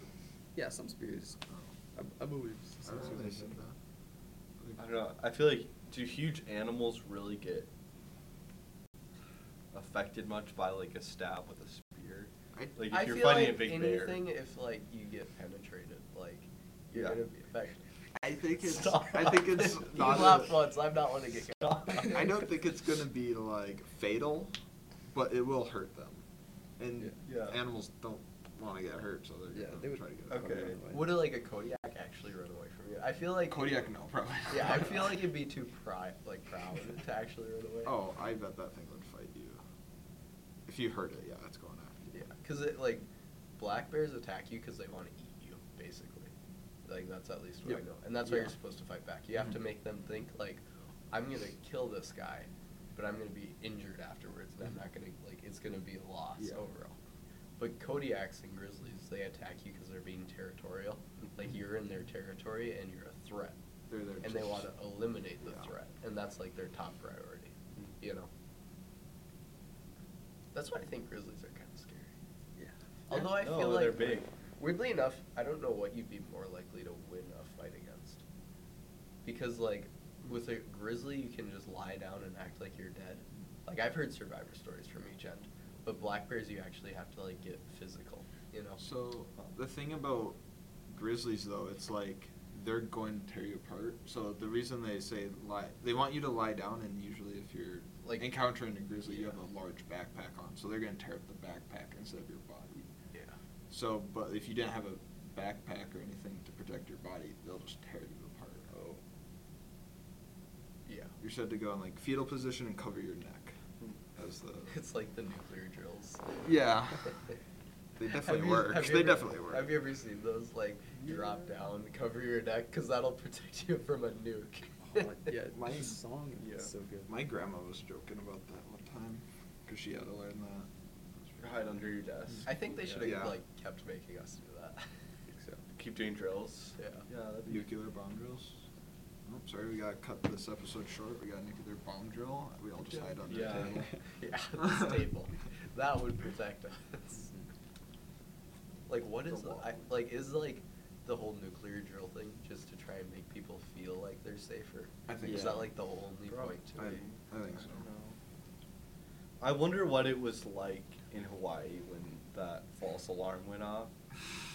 Yeah, some spears. Oh, I, I believe. I some don't think they spears- said that. I don't know. I feel like do huge animals really get affected much by like a stab with a spear? I- Like if I you're feel fighting like a big anything bear. if like you get penetrated, like you're Yeah. gonna be affected. I think it's. Stop. I think it's <laughs> you not. laughed a- once. I'm not one to get. Stop. <laughs> I don't think it's gonna be like fatal, but it will hurt them, and Yeah. Yeah. animals don't want to get hurt, so they're Yeah, gonna they would. try to get. Okay. Away. Would it like a Kodiak actually run away from you? I feel like Kodiak, no, probably. Yeah, I feel like it'd be <laughs> too pri like proud to actually run away. Oh, I bet that thing would fight you. If you hurt it, yeah, it's going after Yeah, you. because it like black bears attack you because they want to eat you, basically. Like that's at least what Yep. I know, and that's why Yeah. you're supposed to fight back. You have to Mhm. make them think like, I'm gonna kill this guy, but I'm gonna be injured afterwards, and I'm not gonna like it's gonna be a loss Mm-hmm. Yeah. overall. But Kodiaks and Grizzlies, they attack you because they're being territorial. Like you're in their territory and you're a threat, Mm-hmm. They're there. and they just- want to eliminate the Yeah. Mm-hmm. threat, and that's like their top priority. You know. That's why I think Grizzlies are kind of scary. Yeah. Although I No, feel like they're big. Weirdly enough, I don't know what you'd be more likely to win a fight against. Because like with a grizzly you can just lie down and act like you're dead. Like I've heard survivor stories from each end. But black bears you actually have to like get physical, you know. So the thing about grizzlies, though, it's like they're going to tear you apart. So the reason they say lie, they want you to lie down, and usually if you're Like- like encountering a grizzly, you have Yeah. a large backpack on, so they're going to tear up the backpack instead of your body. Yeah. So, but if you didn't have a backpack or anything to protect your body, they'll just tear you apart. Oh. Yeah. You're said to go in like fetal position and cover your neck. Hmm. As the <laughs> <laughs> It's like the nuclear drills. <laughs> Yeah. They Have definitely you- work. have you They ever- definitely work. Have you ever seen those like drop Yeah. down, cover your neck, because that'll <laughs> protect you from a nuke? Oh, my- <laughs> yeah, <laughs> My- my song is yeah. so good. My grandma was joking about that one time because she had to learn that. Hide under your desk. I think they should have Yeah. like kept making us do that. <laughs> Keep doing drills. Yeah. Yeah, that'd be Nuclear bomb drills. Oh, sorry, we gotta cut this episode short. We got a nuclear bomb drill. We all just hide under the Yeah. table. <laughs> <laughs> yeah, the stable. That would protect us. Like, what The is the, wall. I, like is like the whole nuclear drill thing just to try and make people feel like they're safer? I think is so. that like the only Probably. point to <laughs> I, it? I think so. don't know. I wonder what it was like in Hawaii when that false alarm went off.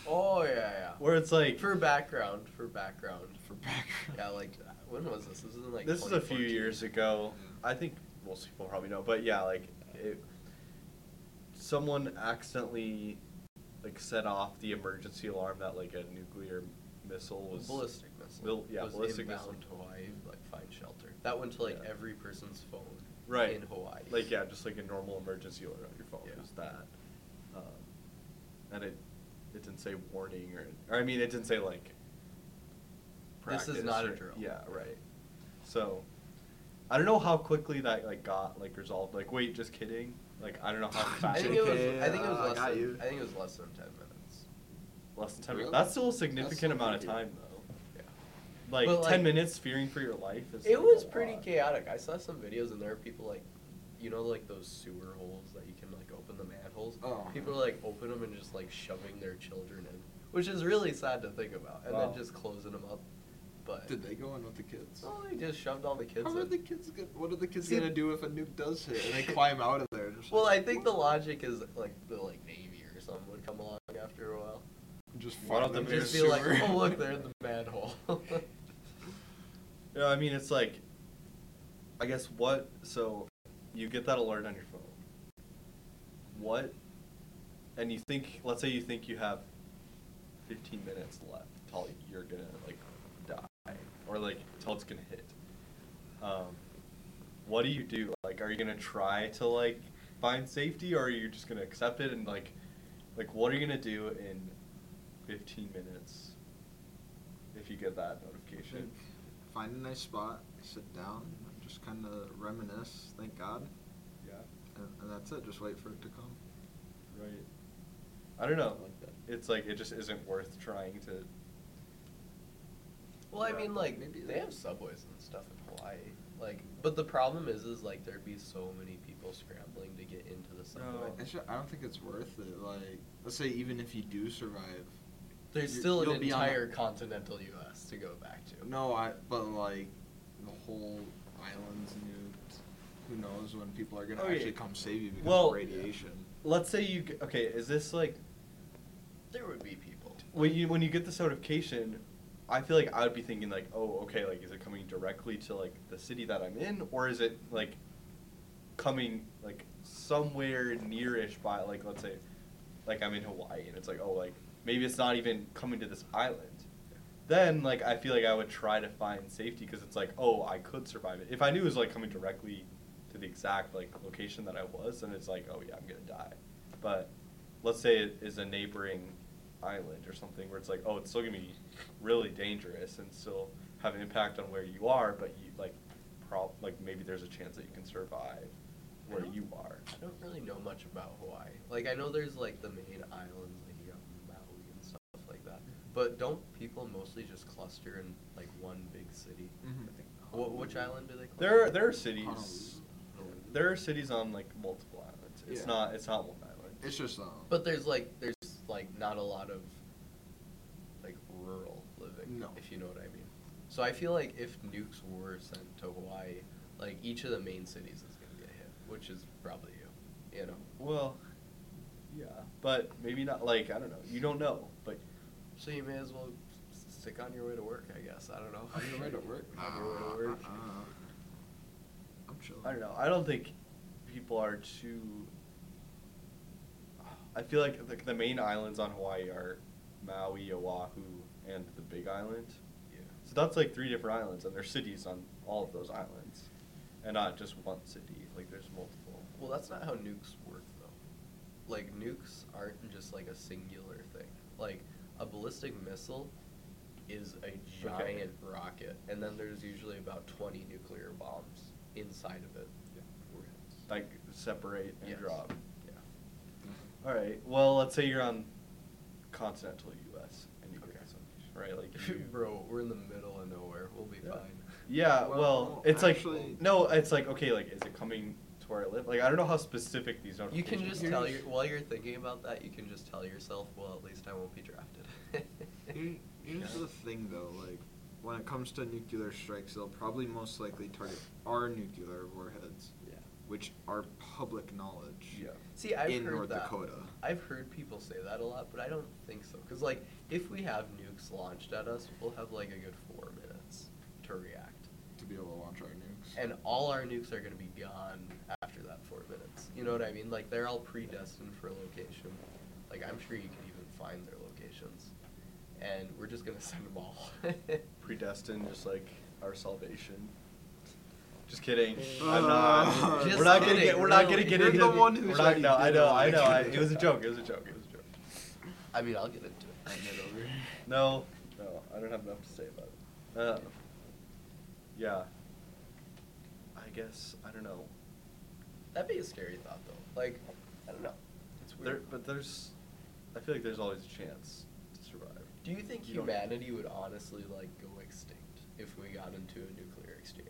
Oh yeah, yeah. Where it's like for background, for background. For background. Yeah, like when was this? This is in like this is a few 2014. years ago. Yeah. I think most people probably know, but yeah, like it, someone accidentally like set off the emergency alarm that like a nuclear missile was ballistic missile. Mil- yeah, was ballistic inbound missile. to Hawaii, like find shelter. That went to like Yeah. every person's phone. right In Hawaii. Like yeah, just like a normal emergency alert on your phone Yeah. was that, um, and it it didn't say warning or, or I mean it didn't say like. This is practice not a or- drill. Yeah, right. So, I don't know how quickly that like got like resolved. Like wait, just kidding. Like I don't know <laughs> how I fast. think it was. JK, I think it was uh, less. got Than, you. I think it was less than ten minutes. Less than ten Really? minutes. That's still a That's significant amount of pretty time good. though. Yeah. Like But, like, ten minutes fearing for your life is. It like, was a pretty lot. chaotic. I saw some videos and there were people like, you know, like those sewer holes that you can like open the manholes. Oh. People are like open them and just like shoving their children in, which is really sad to think about. And Wow. then just closing them up. But Did they go in with the kids? Oh, they just shoved all the kids How are in. the kids go- What are the kids See- gonna do if a nuke does <laughs> hit and they climb out of there? Just well, I like, think the logic is like the like navy or something would come along after a while. Just Why don't find them they in just a be like, sewer. <laughs> oh look, they're in the manhole. <laughs> Yeah, I mean, it's like, I guess what, so you get that alert on your phone. What, and you think, let's say you think you have 15 minutes left till you're gonna, like, die, or like, till it's gonna hit. Um, what do you do? Like, are you gonna try to, like, find safety, or are you just gonna accept it and, like, like, what are you gonna do in 15 minutes if you get that notification? Find a nice spot, sit down, just kind of reminisce. Thank God, Yeah, and, and that's it. Just wait for it to come. right. I don't know. Something like that. It's like it just isn't worth trying to. Well, I Yeah, mean, like maybe they that- have subways and stuff in Hawaii. Like, but the problem is, is like there'd be so many people scrambling to get into the subway. No. It's ju- I don't think it's worth it. Like, let's say even if you do survive, There's you- still you'll an be on a- entire continental U.S. to go back to. No, I. But like, the whole island's nuked. Who knows when people are gonna Oh, Okay. actually come save you because Oh, Well- of radiation? Let's say you g- okay. Is this like there would be people. when you when you get this notification? I feel like I would be thinking like, oh, okay, like is it coming directly to like the city that I'm in, or is it like coming like somewhere nearish by like let's say like I'm in Hawaii and it's like oh like maybe it's not even coming to this island. then like I feel like I would try to find safety because it's like oh I could survive it if I knew it was like coming directly to the exact like location that I was then it's like oh yeah I'm gonna die but let's say it is a neighboring island or something where it's like oh it's still gonna be really dangerous and still have an impact on where you are but you like prob like maybe there's a chance that you can survive I where don't- you are. I don't really know much about Hawaii. Like I know there's like the main islands, like you got Maui and stuff like that. But don't people mostly just cluster in like one big city? Mhm. I think. Wh- which island do they? Cluster? There are, there are cities. Honolulu. There are cities on like multiple islands. It's Yeah. not it's not one island. It's just um. But there's like there's like not a lot of like rural living, No. if you know what I mean. So I feel like if nukes were sent to Hawaii, like each of the main cities is gonna get hit, which is probably you, you know. well, yeah, but maybe not. Like I don't know. You don't know, but So you may as well s- stick on your way to work, I guess. I don't know. On your way to work? on your way to work. Uh, Uh-uh. I'm chilling. I don't know. I don't think people are too. I feel like the, the main islands on Hawaii are Maui, Oahu, and the Big Island. Yeah. So that's like three different islands, and there's cities on all of those islands, and not just one city. Like there's multiple. Well, that's not how nukes work, though. Like, nukes aren't just like a singular thing. Like, a ballistic missile is a Okay. giant rocket, and then there's usually about 20 nuclear bombs inside of it. Yeah. Like separate and Yes. drop. Yeah. Mm-hmm. All right. Well, let's say you're on continental U.S. and you Okay. get some, right? Like <laughs> <laughs> you- Bro, we're in the middle of nowhere. We'll be Yeah. fine. Yeah, well, Well, it's actually- like no, it's like okay, like is it coming to where I live? Like I don't know how specific these You notifications. can just are. tell your while you're thinking about that, you can just tell yourself, well, at least I won't be drafted. Here- Here's Yeah. the thing, though. Like, when it comes to nuclear strikes, they'll probably most likely target our nuclear warheads, Yeah. which are public knowledge. Yeah. <laughs> See, I've in heard North that. Dakota. I've heard people say that a lot, but I don't think so. Because like, if we have nukes launched at us, we'll have like a good four minutes to react, To be able to launch our nukes. and all our nukes are gonna be gone after that four minutes. You know what I mean? Like they're all predestined for location. Like I'm sure you can even find their locations, and we're just gonna <laughs> send them all. predestined, just like our salvation. Just kidding. I'm Uh, not. Just we're not gonna kidding, get. We're not gonna really. get You're into. the one we're who not, said no, you I didn't know. I like know. it. I, it <laughs> was a joke. It was a joke. It was a joke. I mean, I'll get into it. I get over. <laughs> No, no, I don't have enough to say about it. Uh, yeah. I guess I don't know. That'd be a scary thought, though. Like, I don't know. It's There, weird. but there's, I feel like there's always a chance to survive. Do you think You don't- humanity would honestly like go extinct if we got into a nuclear exchange?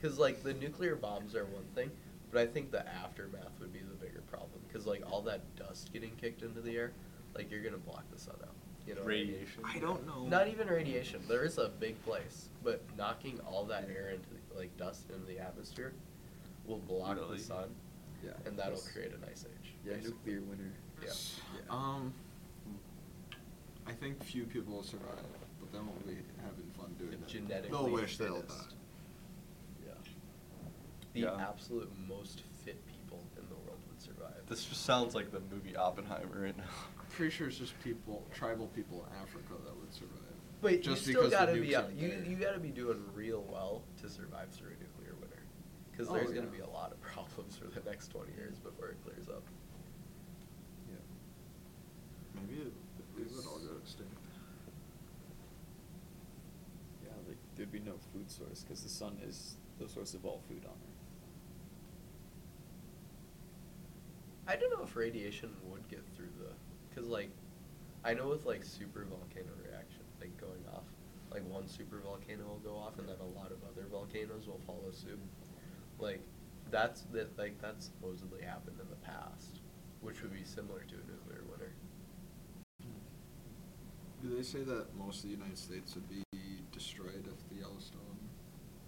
Because like the nuclear bombs are one thing, but I think the aftermath would be the bigger problem. Because like all that dust getting kicked into the air, like you're gonna block the sun out. You know. what I mean? Radiation. I don't know. Not even radiation. There is a big place, but knocking all that air into the, like dust into the atmosphere will block Really? the sun, Yeah. and that'll that's- create an ice age. Yeah, basically. nuclear winter. Yeah. Yeah. Um, I think few people will survive, but then we'll be having fun doing The it. genetically They'll wish they'll die. fittest. Yeah. The Yeah. absolute most fit people in the world would survive. This just sounds like the movie Oppenheimer right now. Pretty sure it's just people, tribal people in Africa that would survive. But just you still because the gotta nukes be out, aren't you there. you gotta be doing real well to survive through a nuclear winter, because Oh, there's yeah. gonna be a lot of <laughs> problems for the next twenty years before it clears up. Maybe it, we would all go extinct. Yeah, like there'd be no food source because the sun is the source of all food on Earth. I don't know if radiation would get through the, because like, I know with like super volcano reaction, like going off, like one super volcano will go off and then a lot of other volcanoes will follow suit. Like, that's that like that's supposedly happened in the past, which would be similar to a nuclear winter. Do they say that most of the United States would be destroyed if the Yellowstone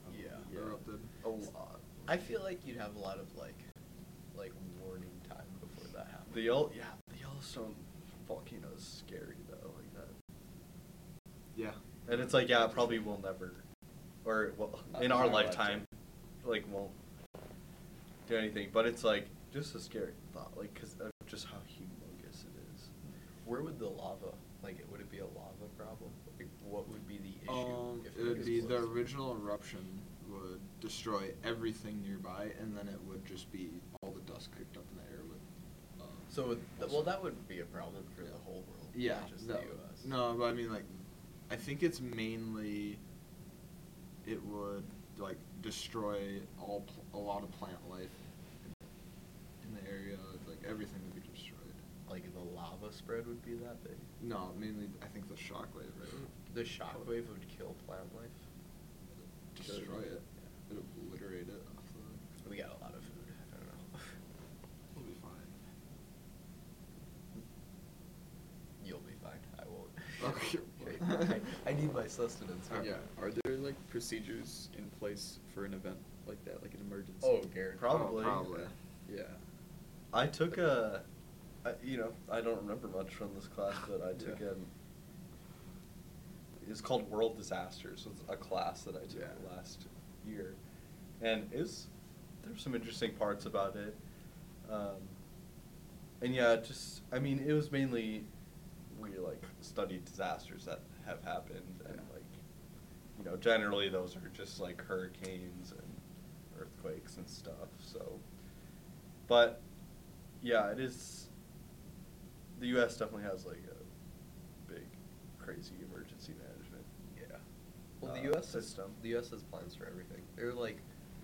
um, Yeah. erupted? A lot. I feel like you'd have a lot of like, like warning time before that happens. The Yell- yeah, the Yellowstone volcano is scary though, like that. Oh. Yeah. And it's like yeah, it probably will never, or well, Not in our in our lifetime, like won't do anything. But it's like just a scary thought, like because of just how humongous it is. Where would the lava like? Would it be a lava problem? Like, what would be the issue? Um, if it would be the explodes? original eruption would destroy everything nearby, and then it would just be all the dust kicked up in the air with. Um, So, would- well, that would be a problem for the whole world. Yeah. not just no, the U.S. no, but I mean like, I think it's mainly. It would like destroy all pl- a lot of plant life in the area. Like everything would be destroyed. Like the lava spread would be that big. No, mainly I think the shockwave, right? The shockwave would kill plant life. Destroy it. Yeah. It would obliterate it off the. We got a lot of food. I don't know. We'll be fine. You'll be fine. I won't. Okay. <laughs> <laughs> I, I need my sustenance. man. Yeah. Are there like procedures in place for an event like that, like an emergency? Oh, Garrett. Prob- Probably. Oh, probably. yeah. I took a, I, you know, I don't remember much from this class, but I took Yeah. an. It's called World Disasters. It's a class that I took Yeah. last year, and is there's some interesting parts about it, um, and yeah, just I mean, it was mainly we like studied disasters that have happened, and Yeah. like, you know, generally those are just like hurricanes and earthquakes and stuff. So, but yeah, it is. The U.S. definitely has like a big, crazy emergency management. Yeah. Well, the uh, U.S. system. Has, the U.S. has plans for everything. They're like,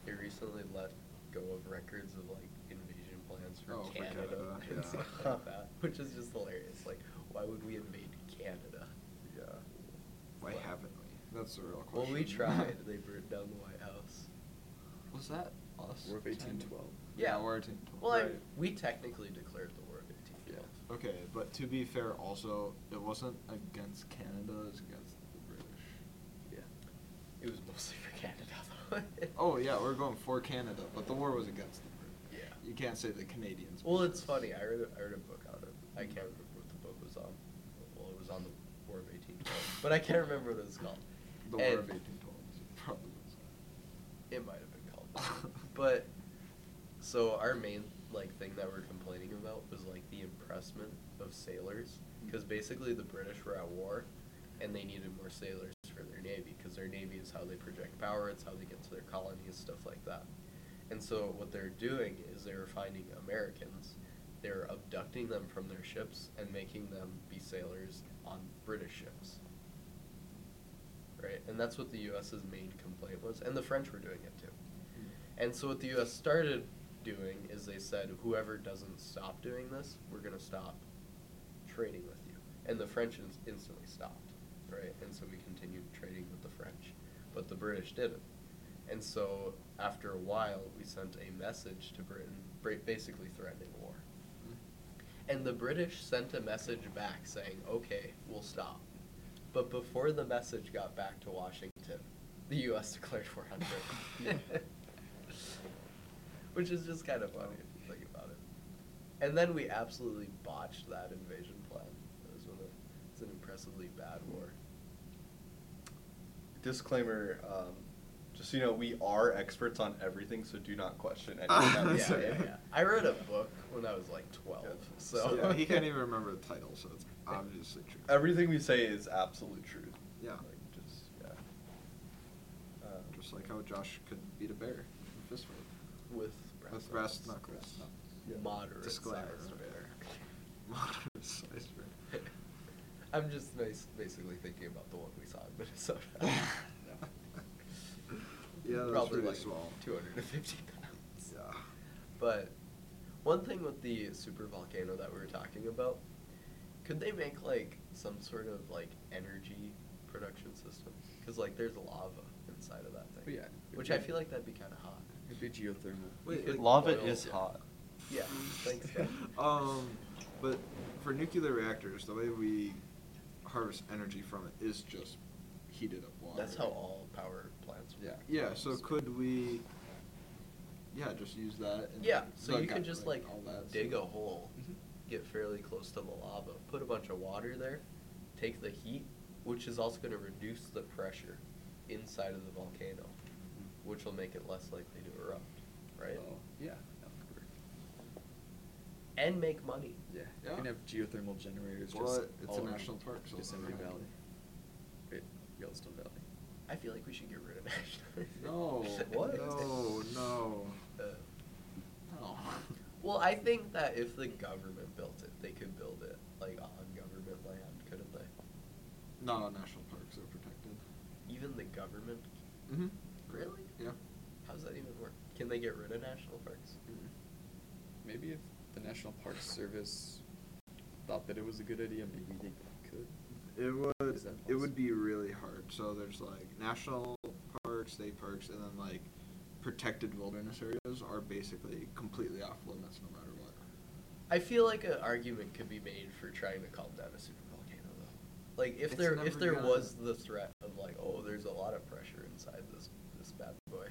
they recently let go of records of like invasion plans for Oh, for Canada, Canada, <laughs> and yeah. stuff Huh. like that, which is just hilarious. Like, why would we invade Canada? Yeah. Why Wow. haven't we? That's the real Well, question. we <laughs> tried. They burned down the White House. Was that us? War of eighteen twelve. Yeah, Yeah. we're at 1812. Well, I- Right. we technically declared the war of 1812. Okay, but to be fair, also it wasn't against Canada; it was against the British. Yeah. It was mostly for Canada, though. <laughs> Oh yeah, we're going for Canada, but the war was against the British. Yeah. You can't say the Canadians. Well, beat it's us. funny. I read a, I read a book on it. I can't remember what the book was on. Well, it was on the War of 1812, but I can't remember what it was called. The War of And 1812 is probably. what's It might have been called. that. but so our main like thing that we're complaining about was like the impressment of sailors, because basically the British were at war, and they needed more sailors for their navy, because their navy is how they project power. It's how they get to their colonies, stuff like that. And so what they're doing is they're finding Americans, they're abducting them from their ships and making them be sailors on British ships. Right? And that's what the US's main complaint was, and the French were doing it too. And so what the US started doing is they said whoever doesn't stop doing this, we're going to stop trading with you. And the French ins- instantly stopped, right? And so we continued trading with the French, but the British didn't. And so after a while, we sent a message to Britain, bra- basically threatening war. And the British sent a message back saying, okay, we'll stop. But before the message got back to Washington, the U.S. <laughs> declared war on Britain. <laughs> Which is just kind of funny if you think about it. And then we absolutely botched that invasion plan. It was, one of, it's an impressively bad <laughs> war. Disclaimer. Um, just so you know, we are experts on everything, so do not <laughs> question anything. Ah, that we yeah, say. yeah, yeah. I read a book when I was like 12, Yeah. <laughs> so. yeah, he can't even remember the title, so it's obviously true. Everything we say is absolute truth. Yeah. Like, just yeah. Um, Just like how Josh could beat a bear in a fist fight. <laughs> With brass With brass knuckles. Yeah. Moderate Disclaimer. sized bear. <laughs> Moderate size bear. <laughs> I'm just bas- basically thinking about the one we saw in Minnesota. yeah, that's Probably pretty like small. 250 pounds. Yeah. But one thing with the super volcano that we were talking about, could they make like some sort of like energy production system? Because like there's lava inside of that thing. Yeah. Which I feel like that'd be kind of hot. It'd be geothermal. Wait, could like oh, Lava boil- is hot. Yeah. <laughs> Thanks. Kevin. <laughs> Uh, Um, but for nuclear reactors, the way we harvest energy from it is just heated up water. That's how all power plants work. Yeah. Yeah. So could we? Yeah, just use that. And Yeah, so like, you could got, just like all that Mhm. dig a stuff. hole, get fairly close to the lava, put a bunch of water there, take the heat, which is also going to reduce the pressure inside of the volcano, Mm-hmm. which will make it less likely to erupt, right? Oh, yeah. That would work. And make money. Yeah. Yeah. You can have geothermal generators. Well, just it's all a over national park, so- Yosemite Valley. Wait, Yellowstone Valley. I feel like we should get rid of national. <laughs> No. What? No. No. Uh, No. well, I think that if the government built it, they could build it like on government land, couldn't they? Not on national parks. They're protected. Even the government. Mm-hmm. Really? Yeah. How does that even work? Can they get rid of national parks? Maybe if the National Park Service thought that it was a good idea, maybe they could. It would Is that it would possible? be really hard. So there's like national parks, state parks, and then like protected wilderness areas are basically completely off limits no matter what. I feel like an argument could be made for trying to calm down a supervolcano, though. Like if It's there never if there gonna- was the threat of like, oh, there's a lot of pressure inside this this bad boy.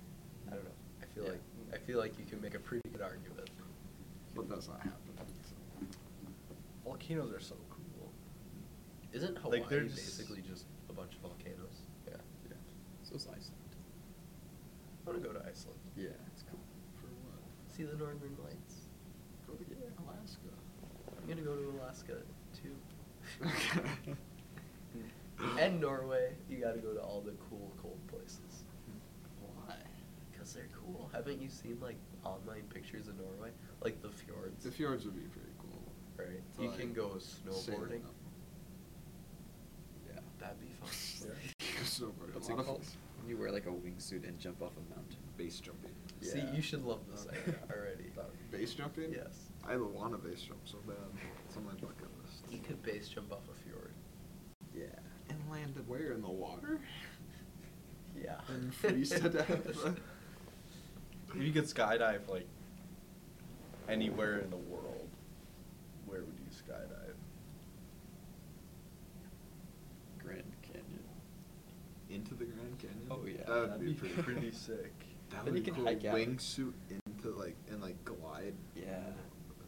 <laughs> I don't know. I feel Yeah. like I feel like you can make a pretty good argument. But that's not happening. so. Volcanoes are so cool. Isn't Hawaii Like, they're just- basically just a bunch of volcanoes? Yeah. Yeah. So is Iceland. I want to go to Iceland. Yeah, it's cool. For what? See the northern lights. Go to Yeah. Alaska. I'm gonna go to Alaska <laughs> too. Okay. and Norway. You gotta go to all the cool cold places. Why? Because they're cool. Haven't you seen like online pictures of Norway? Like the fjords. The fjords would be pretty cool. Right. To, you like, can go sail snowboarding. up. Yeah. That'd be <laughs> fun. Go <laughs> snowboarding. What's a it lot of called? us- You wear like a wingsuit and jump off a mountain. Base jumping. See, Yeah. you should love this Okay. idea <laughs> already. Base jumping? Yes. I want to base jump so bad. It's on my bucket You list. could base jump off a fjord. Yeah. And land it where? In the water? Yeah. And freeze to death? If you could skydive like anywhere in the world, where would you skydive? Grand Canyon. Into the Grand Canyon? Oh, yeah, That would That'd be, be pretty, <laughs> pretty sick. That would Then you be can cool. hike out. Wingsuit into like and like glide. Yeah. In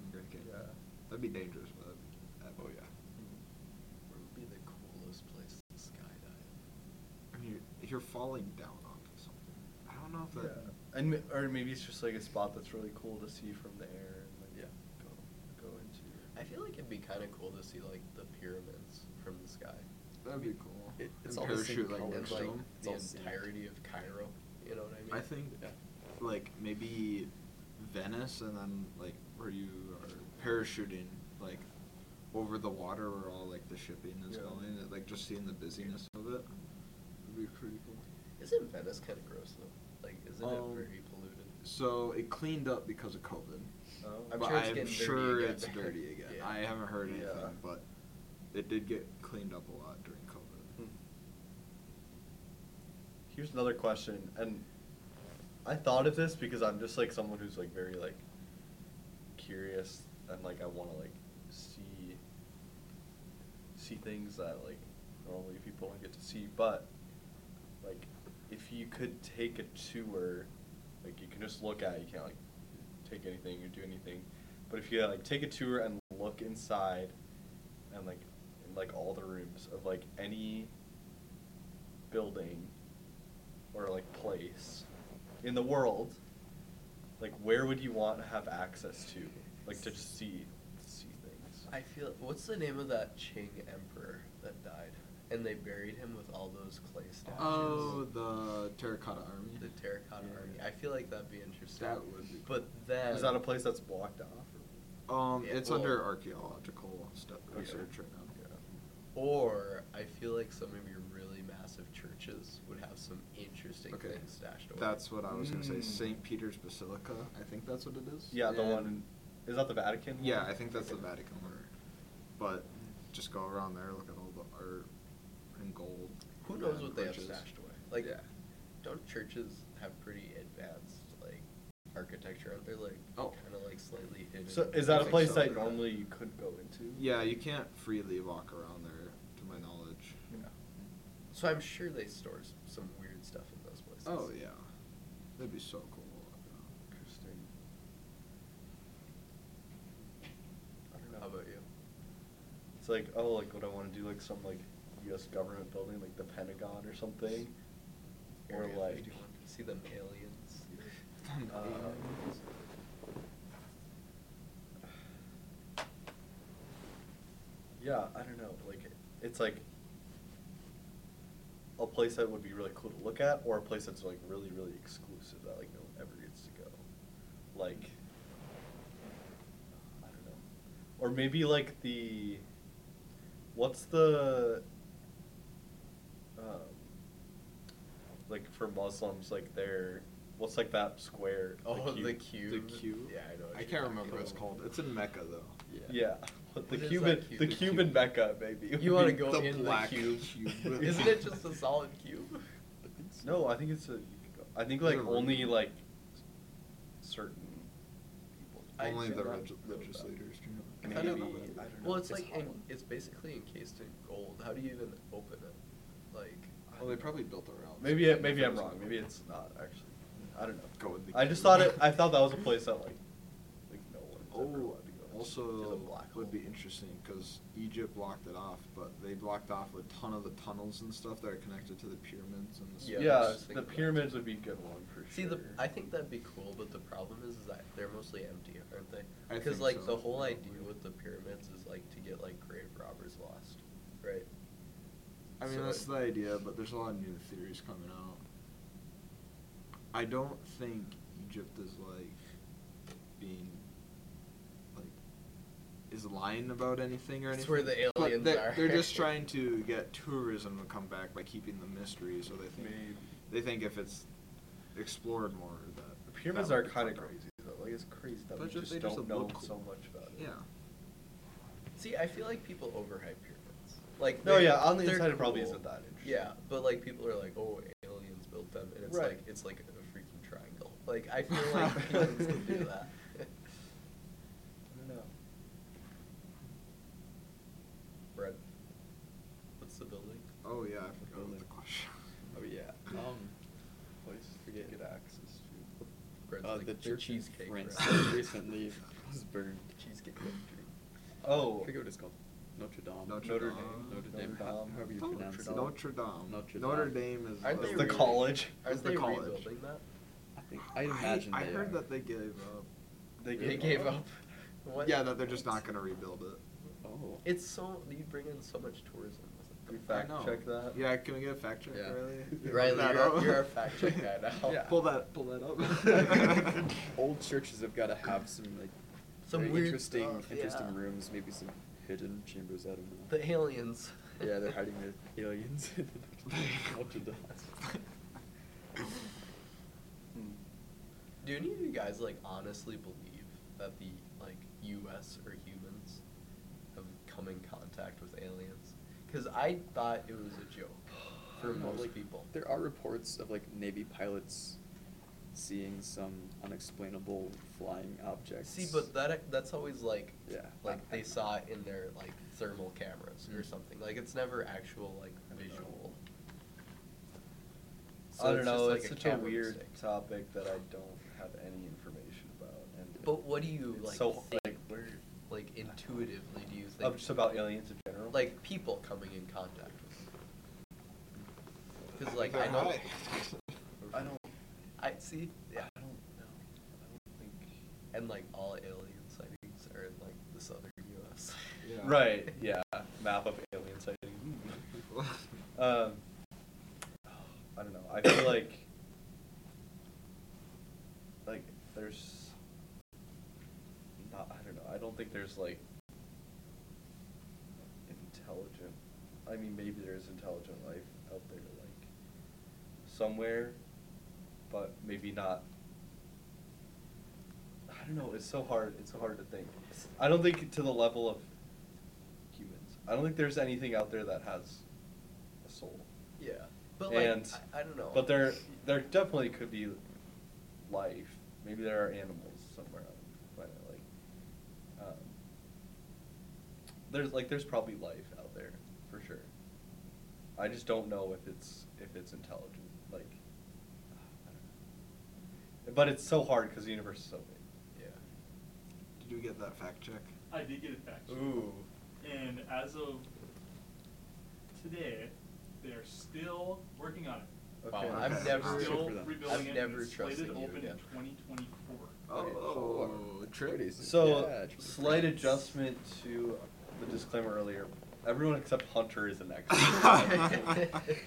the Grand Canyon. Yeah. That'd be dangerous, but that'd be, that'd Oh be- yeah. Where would be the coolest place to skydive? I mean, you're, you're falling down onto something. I don't know if Yeah. that. And ma- or maybe it's just like a spot that's really cool to see from the air and like Yeah. go go into. I feel like it'd be kind of cool to see like the pyramids from the sky, That'd be cool. It- it's And all the same parachute, color, like, and next to like 'em. It's the all sand. entirety of Cairo. You know what I mean? I think Yeah. like maybe Venice and then like where you are parachuting like over the water where all like the shipping is Yeah. going. it- Like just seeing the busyness of it. Would be pretty cool. Isn't Venice kind of gross though? Like, isn't Um, it very polluted? So it cleaned up because of COVID. Oh. I'm but sure it's I'm getting dirty sure again. it's dirty again. <laughs> Yeah. I haven't heard anything, Yeah. but it did get cleaned up a lot during COVID. Hmm. Here's another question, and I thought of this because I'm just like someone who's like very like curious and like I want to like see see things that like normally people don't get to see, but like if you could take a tour, like you can just look at it, you can't like take anything or do anything, but if you like take a tour and look inside and like in like all the rooms of like any building or like place in the world, like where would you want to have access to, like to just see see things? I feel. What's the name of that Qing emperor that died? And they buried him with all those clay statues. Oh, the terracotta army. the terracotta Yeah. army. I feel like that'd be interesting. That would be But then Is that a place that's blocked off? um, Yeah, it's well- under archaeological stuff Okay. research right now. or I feel like some of your really massive churches would have some interesting Okay. things stashed away. That's what I was gonna say. Mm. St. Peter's Basilica. I think that's what it is. Yeah, the And- one in, is that the Vatican? Yeah, one? I think that's the Okay. Vatican one. But just go around there, look at all the art and gold. Who knows and what they have riches. stashed away? Like, Yeah. don't churches have pretty advanced like architecture? Aren't they like Oh. kind of like slightly hidden? So is that I a think place so. that normally you couldn't go into? Yeah, you can't freely walk around there, to my knowledge. Yeah. So I'm sure they store s- some weird stuff in those places. Oh yeah, that'd be so cool. to walk around. Interesting. I don't know. How about you? It's like, oh, like what I want to do, like some like U.S. government building, like the Pentagon or something, or Area like 51. see them <laughs> aliens. uh, yeah, I don't know, like it's like a place that would be really cool to look at, or a place that's like really, really exclusive that like no one ever gets to go, like I don't know, or maybe like the what's the um, like for Muslims, like their what's like that square? Oh, the The cube. cube? Yeah, I know. what I you're can't talking remember what it's about. called. It's in Mecca though. Yeah. Yeah, <laughs> What the What is Cuban, that cube? the The Cuban Mecca, baby. You <laughs> wanna go the in black the cube? <laughs> cube. Isn't it just a <laughs> solid <laughs> cube? No, I think it's a. I think Is like it really? only like certain people. I Only the cannot relig- know religious that. leaders can. I Maybe don't know. I don't know. Well, it's, It's like in, hollow. it's basically encased in gold. How do you even open it? Like, Well, they probably built around. Maybe it, maybe I'm wrong. Maybe it's not actually. I don't know. Go with the I just cube. thought it. I thought that was a place that like, like no one's ever Oh, allowed to go. It's just a also black hole. would be interesting because Egypt blocked it off, but they blocked off a ton of the tunnels and stuff that are connected to the pyramids and the. Yeah, Yeah, I was sphinx. thinking the about pyramids would be a good one for see, sure. the I think that'd be cool, but the problem is, is that they're mostly empty, aren't they? I Because think like so, the whole probably. idea with the pyramids is like to get like grave robbers lost, right? I mean, So that's it- the idea, but there's a lot of new theories coming out. I don't think Egypt is like being like is lying about anything or anything. It's where the but aliens they're, are. <laughs> They're just trying to get tourism to come back by keeping the mystery, so they think Maybe. they think if it's explored more that The pyramids that are would kind of come out. crazy though. Like it's crazy that But we just- just they don't just know look cool. so much about it. Yeah. See, I feel like people overhype pyramids. Like, No, they're- yeah, on the they're inside it probably cool. isn't that interesting. Yeah, but like people are like, oh, aliens built them, and it's Right. like it's like a freaking triangle. Like I feel <laughs> like humans can do that. <laughs> I don't know. Brett, what's the building? Oh yeah, I forgot Building. what the question. Oh yeah. <laughs> Um, Place to Forget. get access to. Brett's uh, like, the church in cheesecake France round." that <laughs> recently was burned. cheesecake factory. I Oh. forget what it's called. Notre Dame. Oh, Notre Notre Dame. Dame. Notre Dame. Notre how- Dame. However you Don't- pronounce it. Notre Dame. Notre Notre Dame. Dame Aren't is like- they It's the really- college. Aren't It's the they college. rebuilding that? I think I imagine. I they heard are. that they gave up. They, gave up. What? Yeah, that they're just not gonna rebuild it. Oh. <laughs> It's so you bring in so much tourism. Can we with it. fact I know. check that? Yeah, can we get a fact check, <laughs> Yeah. Riley? Yeah. Oh. Riley, That you're, our- up. you're our fact check guy <laughs> now. Yeah. Pull that, pull that <laughs> up. Old churches have got to have some like Some very weird interesting, stuff, interesting yeah. rooms. Maybe some hidden chambers. I don't know. <laughs> The aliens. Yeah, they're hiding the aliens. <laughs> in the Notre <laughs> Dame. <laughs> Hmm. Do any of you guys like honestly believe that the like U.S. or humans have come in contact with aliens? Because I thought it was a joke <gasps> for don't know, most Uh, like, people. There are reports of like Navy pilots seeing some unexplainable flying objects. See, but <laughs> that that's always like Yeah. like they saw it in their like thermal cameras or Mm. something. Like it's never actual like I don't know. visual. I don't it's just, know. like, it's such a camera weird mistake. topic that I don't have any information about. And But what do you it's like So think? like weird. Like intuitively, do you Of think just about aliens in general. like people coming in contact with? Because like They're I know. high. I don't. I see. Yeah. I don't know. I don't think. And like all alien sightings are in like the southern U.S. Yeah. Right. Yeah. Map of alien sighting. Hmm. Um, I don't know. I feel <coughs> like like there's not. I don't know. I don't think there's like intelligent. I mean, maybe there is intelligent life out there, like somewhere, but maybe not. I don't know. It's so hard. It's so hard to think. I don't think to the level of humans. I don't think there's anything out there that has a soul. <laughs> yeah. But like And- I, I don't know. But there, there definitely could be life. Maybe there are animals somewhere on the planet. Like, um, there's like there's probably life out there for sure. I just don't know if it's if it's intelligent. Like, I don't know. But it's so hard because the universe is so big. Yeah. <laughs> Did you get that fact check? I did get it fact checked. Ooh. And as of today, they're still working on it. Wow, Okay. I've Okay. never, Good Still for them. rebuilding I've it. never and it's slated trusted to you open again. in 2024. Oh, trick. Pretty- So, Yeah, it's slight pretty- adjustment to the disclaimer earlier. Everyone except <laughs> Hunter is an <laughs> expert.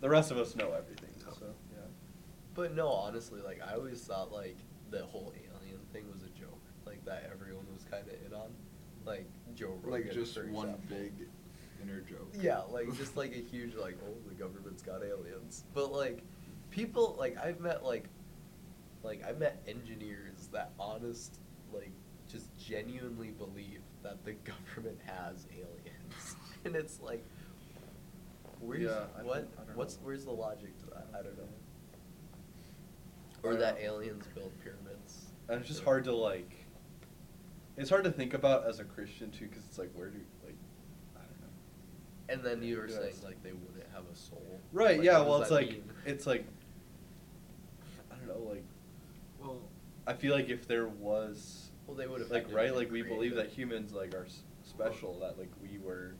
the rest of us know everything. So, yeah. But no, honestly, like I always thought like the whole alien thing was a joke, like that everyone was kind of in on, like Joe Rogan. Like just for one example. big inner joke. <laughs> Yeah, like just like a huge like oh the government's got aliens, but like people like I've met like like I met engineers that honest like just genuinely believe that the <laughs> government has aliens. <laughs> and it's like where's Yeah, I what don't- I don't what's know. where's the logic to that? I don't know. I Or don't that know. aliens build pyramids. And it's just hard to like. It's hard to think about as a Christian too, because it's like, where do like, I don't know. And then you were Yes. saying like they wouldn't have a soul. Right? Like, what yeah. does Well, it's that like mean? it's like. I don't know. Like, Well, I feel like if there was. Well, they would've had like to right be like we believe creative. that humans like are s- special that like we were.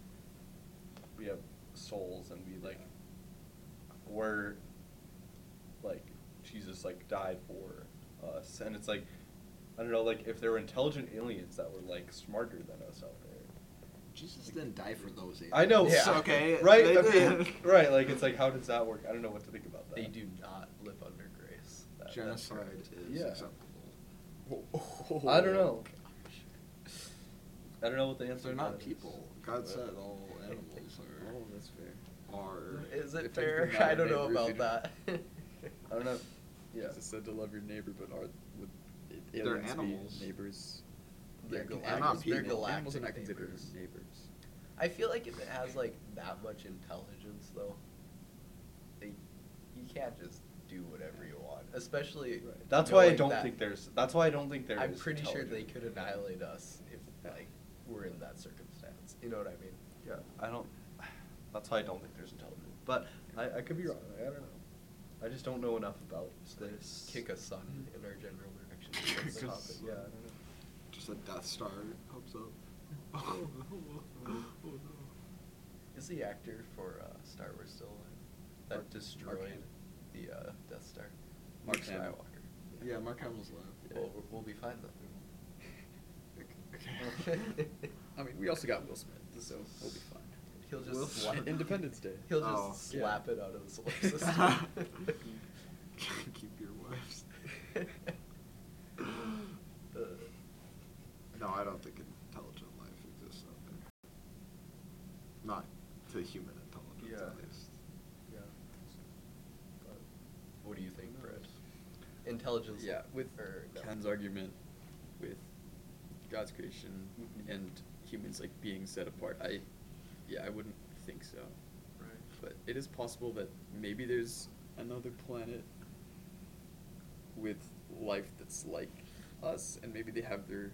We have souls and we like. Were. Like Jesus like died for us and it's like. I don't know, like if there were intelligent aliens that were like smarter than us out there, Jesus didn't die for those aliens. I know. Yeah. Okay. Right. They I mean, did. <laughs> right. Like it's like, how does that work? I don't know what to think about that. They do not live under grace. That- that's Genocide correct. is Yeah. acceptable. Oh, I don't know. Oh, I don't know what the If answer. they're to not that is. people, God said all animals Oh, that's fair. are. are Is If it they've fair? <laughs> been bad, I don't they've know about reviewed that. I <laughs> don't know. Yeah. Jesus said to love your neighbor, but are would i- They're aliens be animals. neighbors? They're Yeah, galactic- not they're people. Animals are not galactic considered neighbors. neighbors. I feel like if it has like that much intelligence, though, they, you can't just do whatever you want. Especially Right. That's why I knowing don't that- think there's. That's why I don't think there I'm is pretty sure they intelligent. could annihilate us if like we're in that circumstance. You know what I mean? Yeah. I don't. That's why I don't think there's intelligent. But I, I could be wrong. I don't know. I just don't know enough about this. Kick a sun in our general <laughs> direction. Kick That's the a topic. sun. Yeah. I don't know. Just a Death Star comes up. <laughs> Oh, no. Oh, Is the actor for uh, Star Wars still alive? That Mark- Mark destroyed Hamill. the uh, Death Star. Mark Luke Hamill. Skywalker. no. Yeah, Mark Hamill's left. Well, we'll- <laughs> we'll be fine then. Okay. I <laughs> mean, we also got Will Smith, so we'll be fine. He'll just Will slap Smith. Independence Day. He'll just Oh, yeah. slap it out <laughs> of the solar system. <laughs> Keep your wives. <laughs> No, I don't think intelligent life exists out there. Not to human intelligence, Yeah. at least. Yeah. But- what do you think, Who Brett? knows? Intelligence. Yeah, with or no? Ken's argument with God's creation Mhm. and humans like being set apart, I yeah, I wouldn't think so. Right. But it is possible that maybe there's another planet with life that's like us, and maybe they have their.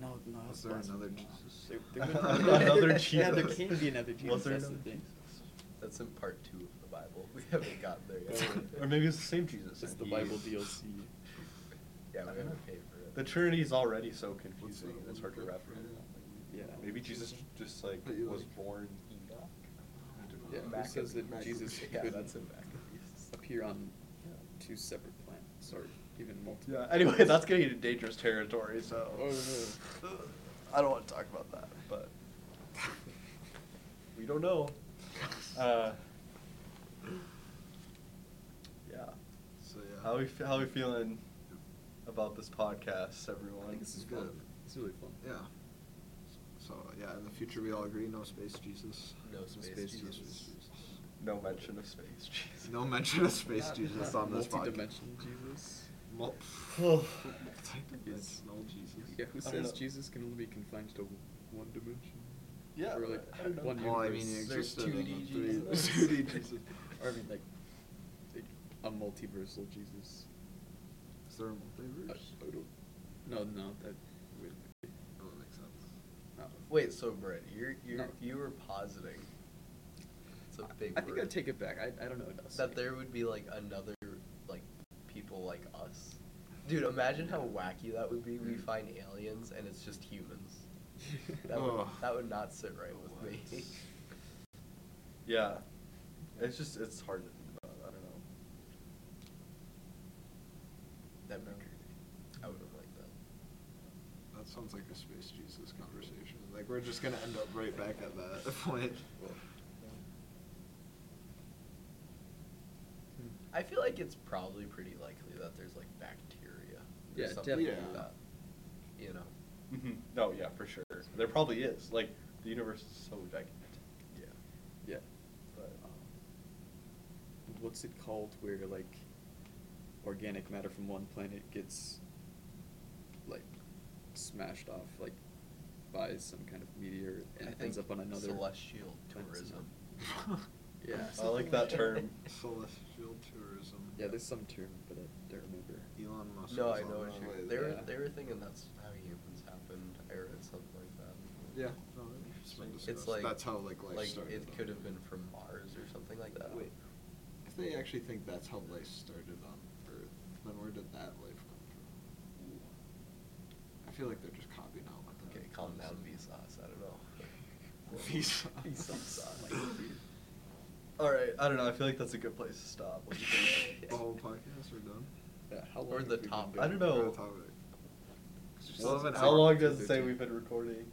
No, no. Was that's there possible. another No. Jesus? There- there <laughs> wouldn't be- another Jesus. <laughs> Yeah, there can be another Was Jesus. there that's the another thing. Jesus? That's in part two of the Bible. We haven't gotten there yet. <laughs> <laughs> or maybe it's the same Jesus. <laughs> It's and the he- Bible DLC. Yeah, we haven't paid for it. The Trinity is already so What's confusing. that It's one hard to book wrap for your head around. Yeah. Maybe Jesus just like But you was like- born Enoch. Yeah, who Mac- says that Mac- Jesus <laughs> Yeah, couldn't- that's in Maccabees. Appear on two separate planets, or even multiple. Yeah. Anyway, <laughs> that's getting into dangerous territory. So. Oh, I don't want to talk about that, but we don't <laughs> know. Uh, yeah. So, yeah. How we f- how we feeling about this podcast, everyone? I think this is Good. fun. It's really fun. Yeah. So, yeah, in the future, we all agree no space Jesus. No space, space Jesus. Jesus. no mention of space. <laughs> Jesus. No mention of space Jesus on this podcast. Multi-dimensional Jesus. Mul- Oh. Multidimensional Jesus. Yeah, who I don't says know. Jesus can only be confined to one dimension? Yeah, Or like I don't know. one Well, Oh, I mean, universe. he There's existed in 2D the three- Jesus. <laughs> 2D Jesus. or I mean, like, like a multiversal Jesus. Is there a I, <laughs> multiverse? I don't. No, no, that would. Oh, that makes sense. No. Wait, so Brett, you're you're No. you were positing. It's a big. I, I think word. I'd take it back. I, I don't know what else. that <laughs> there would be like another like people like us. Dude, imagine how wacky that would be. Hmm. We find aliens and it's just humans. That would, Ugh. that would not sit right with <laughs> me. Yeah, it's just it's hard to think about. I don't know. That'd be crazy. I wouldn't like that. That sounds like a space Jesus conversation. Like we're just gonna end up right back at that <laughs> point. I feel like it's probably pretty likely that there's like bacteria or Yeah, something like definitely. that. You know. Mhm. No, yeah, for sure. There probably is. Like the Mm-hmm. universe is so gigantic. Yeah. Yeah. But um, what's it called where like organic matter from one planet gets like smashed off like by some kind of meteor I and think ends up on another celestial planet somehow. tourism. <laughs> Yeah. I like that term. Celestial tourism. Yeah, there's some term, but I don't remember. Elon Musk. No, was I on know what that you. lately. They were Yeah. they were thinking that's how humans happened. I read something like that. Yeah. No, it's been It's discussed. like that's how like life like started. it on- could have been from Mars or something like that. Wait, if they actually think that's how life started on Earth, then where did that life come from? I feel like they're just copying out what that. Okay, calm down, Vsauce. I don't know. <laughs> Vsauce. Vsauce. All right, I don't know. I feel like that's a good place to stop. What do you think? <laughs> The whole podcast, we're done. Yeah, how Or long the have we been top- doing I don't this? know. Good topic. How- Eleven how hours. long does it say we've been recording?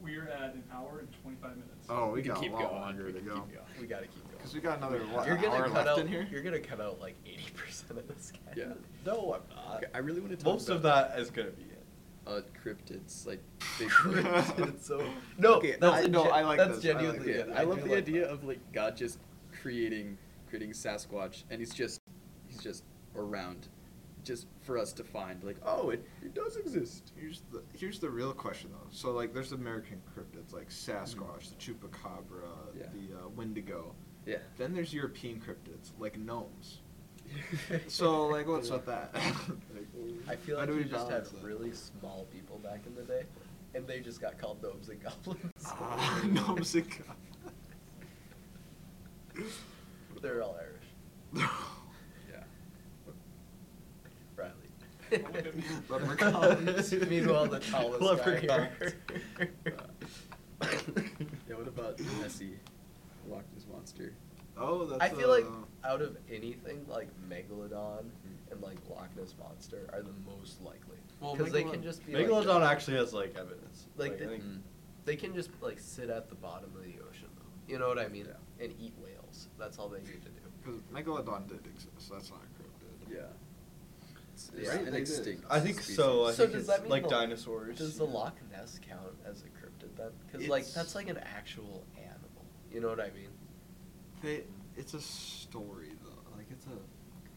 We're at an hour and 25 minutes. Oh, we, We can got a keep lot going. longer We to can go. keep going. We gotta keep going. Because we got another what, you're gonna hour cut left out, in here. You're gonna cut out like eighty percent of this guy. Yeah. No, I'm not. Okay, I really want to talk Most of about- that is gonna be it. Uh, cryptids, like big. It's so no. Okay, that's I- no, gen- I like that's this. I like genuinely this. it. I love do the like idea that. of like God just creating, creating Sasquatch, and he's just, he's just around, just for us to find. Like, oh, it, it does exist. Here's the here's the real question though. So like, there's American cryptids like Sasquatch, Mm. the chupacabra, Yeah. the uh, Wendigo. Yeah. Then there's European cryptids like <laughs> gnomes. So like, what's with that? <laughs> I feel how like do we we just had balance that? really small people back in the day, and they just got called gnomes and goblins. Ah, <laughs> gnomes and <laughs> goblins. They're all Irish. Yeah. <laughs> Riley. <laughs> Leprechauns. <laughs> Meanwhile, the tallest guy here. <laughs> Yeah. What about Nessie, Loch Ness monster? oh, <laughs> that's. I feel uh, like out of anything, like Megalodon and like Loch Ness monster are the most likely Hmm. Well, because they Megalod- can just be like, Megalodon actually has like evidence. Like I the- think- Mm. they can just like sit at the bottom of the ocean though. You know what I mean? Yeah. And eat whales. That's all they need to do. 'cause Megalodon did exist. That's not cryptid. Yeah. It's, Yeah, it's right? an They did. extinct. I think so. I So think does it's that mean like the- dinosaurs. Does the Loch Ness count as a cryptid then? Because like It's- that's like an actual animal. You know what I mean? They, it's a story though. Like it's a,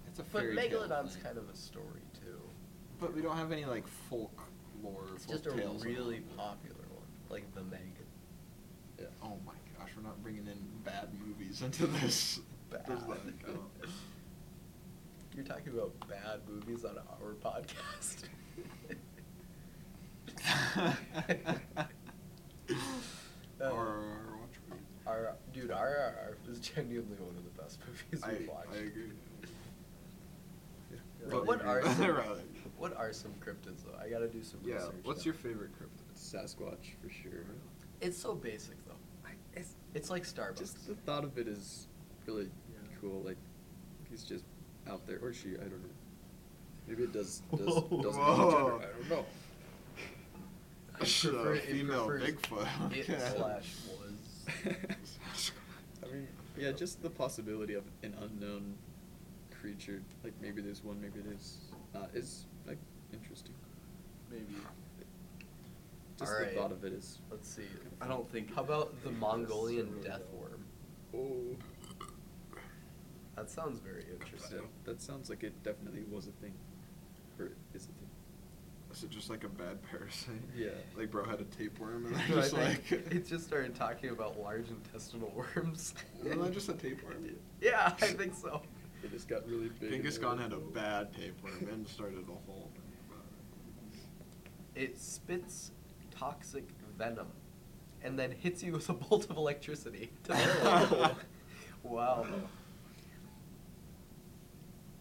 it's a But fairy tale Megalodon's thing. kind of a story too. But we don't have any like folk lore. It's folk just a tales about really it. popular one, like the Meg. Yeah. Oh my gosh, we're not bringing in bad movies <laughs> <laughs> into this. Bad. Does <laughs> that count? You're talking about bad movies on our podcast. <laughs> <laughs> <laughs> Uh, or watch movies. Our dude, RRR is genuinely one of the best movies I, we've watched. I agree. But Totally what <laughs> are agree. some, Riley. what are some cryptids though? I gotta do some Yeah, research. what's now. your favorite cryptid? Sasquatch for sure. It's so basic though. I, it's It's like Starbucks. Just the thought of it is really Yeah. cool. Like he's just out there, or she. I don't know. Maybe it does does Whoa. doesn't have a Whoa. gender. I <laughs> don't know. I Sure, prefer- it female prefers Bigfoot. It Okay. slash was. I mean, yeah, just the possibility of an unknown creature. Like maybe there's one, maybe there's not. Is like interesting. Maybe. Just Alright. the thought of it is. Let's see. I don't think. How about the Yes. Mongolian death worm? Oh, That sounds very that, <laughs> interesting. that sounds like it definitely was a thing, or is a thing. <laughs> Is it just like a bad parasite? Yeah. Like bro had a <laughs> tapeworm <laughs> and <laughs> I they're just think like. it just <laughs> started talking about large intestinal <laughs> worms. Wasn't that just a tapeworm? Yeah, I think <laughs> so. It just got really big. and Genghis they Khan were had a like, "Oh." bad tapeworm and started a whole thing about it. It spits toxic venom and then hits you with a <laughs> bolt of electricity. to <laughs> the- wow.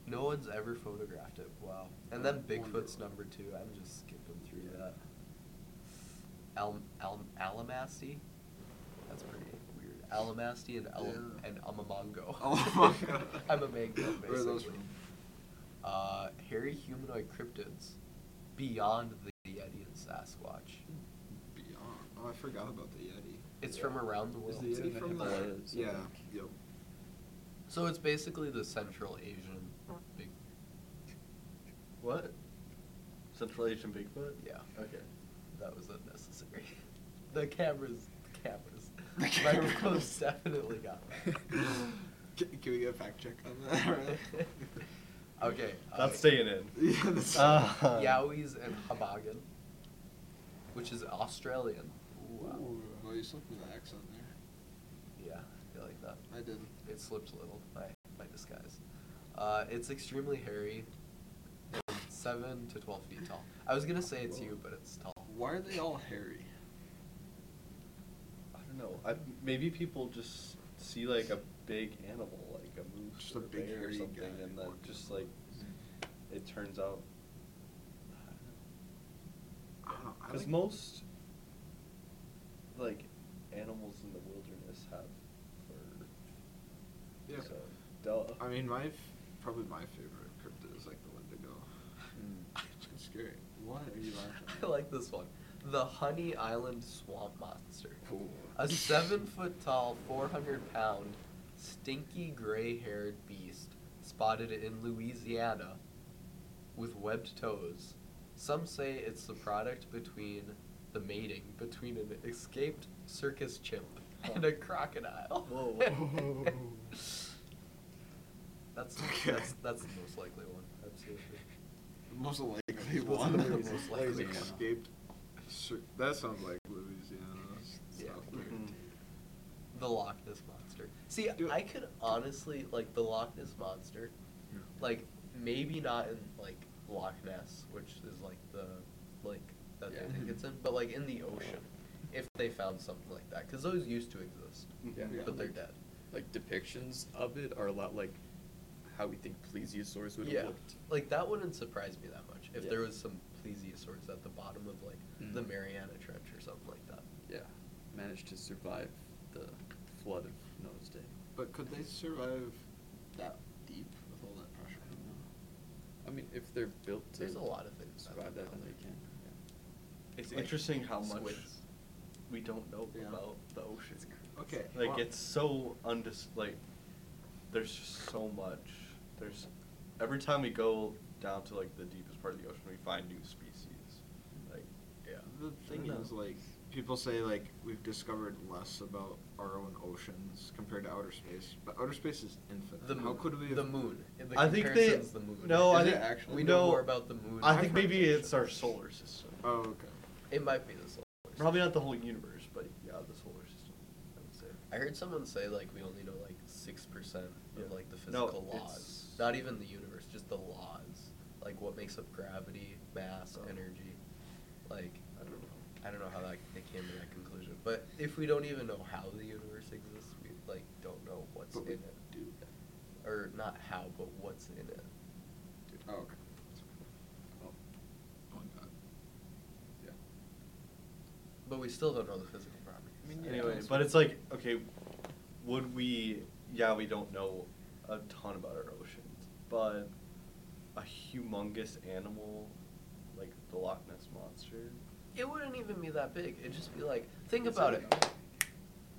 No one's ever photographed it. Wow. And then Bigfoot's number two. I'm just skipping through that. Al- Al- Alamasty? That's pretty weird. Alamasty and, Al- Yeah. and <laughs> <laughs> Oh. Amamongo. Alamango. I'm a mango, basically. Where are those from? Uh, hairy humanoid cryptids beyond the Yeti and Sasquatch. Beyond. Oh, I forgot about the Yeti. It's from around the Is world. the It's in Yeti the from the? Himalayas, I Yeah. think. Yep. So it's basically the Central Asian big. What? Central Asian Bigfoot. Yeah. Okay. That was unnecessary. <laughs> The cameras, cameras, <laughs> The microphones <laughs> cameras. definitely got that. Can, can we get a fact check on that? <laughs> <laughs> Alright. okay. That's okay. staying in. yeah, that's. Uh, Yowies and Habagan, which is Australian. Wow. Ooh, well, Oh, you slipped with the accent there. Yeah, I feel like that. I did. It slipped a little by by disguise. Uh, it's extremely hairy, and seven to twelve feet tall. I was gonna say it's you, but it's tall. Why are they all hairy? I don't know. I, maybe people just see like a big animal, like a moose Just or a big bear or hairy something, guy and then walking just around. like it turns out. I don't know. I Because like- most like animals in the wilderness have fur. Yeah. uh, So, duh. I mean, my f- probably my favorite cryptid is like the Wendigo. <laughs> It's kinda scary. What are you laughing? Hmm. <laughs> I like this one. The Honey Island Swamp Monster. Ooh. A seven foot tall, 400 pound, stinky gray haired beast spotted in Louisiana with webbed toes. Some say it's the product between the mating between an escaped circus chimp and a crocodile. <laughs> Whoa. <laughs> that's, Okay. that's, that's the most likely one, absolutely. <laughs> Most likely Most one. likely Most likely Like, one. escaped. Sure, that sounds like Louisiana Yeah. Mm-hmm. stuff. there. Mhm. The Loch Ness Monster. See, Do- I could honestly, like, the Loch Ness Monster, Yeah. like maybe not in like Loch Ness, which is like the lake that Yeah. they think it's in, but like in the ocean, if they found something like that, because those used to exist, Yeah. Yeah. but they're Like- dead. Like depictions of it are a lot like how we think plesiosaurs would yeah, have looked. like that wouldn't surprise me that much if Yeah. there was some plesiosaurs at the bottom of like the Mm. Mariana Trench or something like that. Yeah. Managed to survive the flood of Noah's Day. But could they survive that deep with all that pressure? I don't know. I mean, if they're built to There's a lot of things that survive are that, then built. they can. Yeah. It's Like, interesting how much squids. we don't know Yeah. about the ocean. Okay, Like well- it's so undis like there's just so much. There's every time we go down to like the deepest part of the ocean we find new species. Like Yeah. The thing know. is, like, people say, like, we've discovered less about our own oceans compared to outer space, but outer space is infinite. The How moon. could we? The have- moon. In the I think they comparison's the moon. No, Is I it think actually? we know no, more about the moon. I than think the maybe ocean. it's our solar system. Oh, okay. It might be the solar. system. Probably not the whole universe, but yeah, the solar system. I would say. I heard someone say like we only know like six percent of Yeah. like the No, physical laws. it's- Not even the universe, just the laws. Like what makes up gravity, mass, Oh. energy. Like I don't know. I don't know how that they came to that conclusion. But if we don't even know how the universe exists, we like don't know what's But in we it. do. Or not how, but what's in it. Oh, okay. Oh. Oh, my God. Yeah. But we still don't know the physical properties. I mean, yeah, Anyway, it's- but it's like okay, would we? Yeah, we don't know a ton about our oceans, but a humongous animal like the Loch Ness monster. It wouldn't even be that big. It'd just be like, think It's about like- it.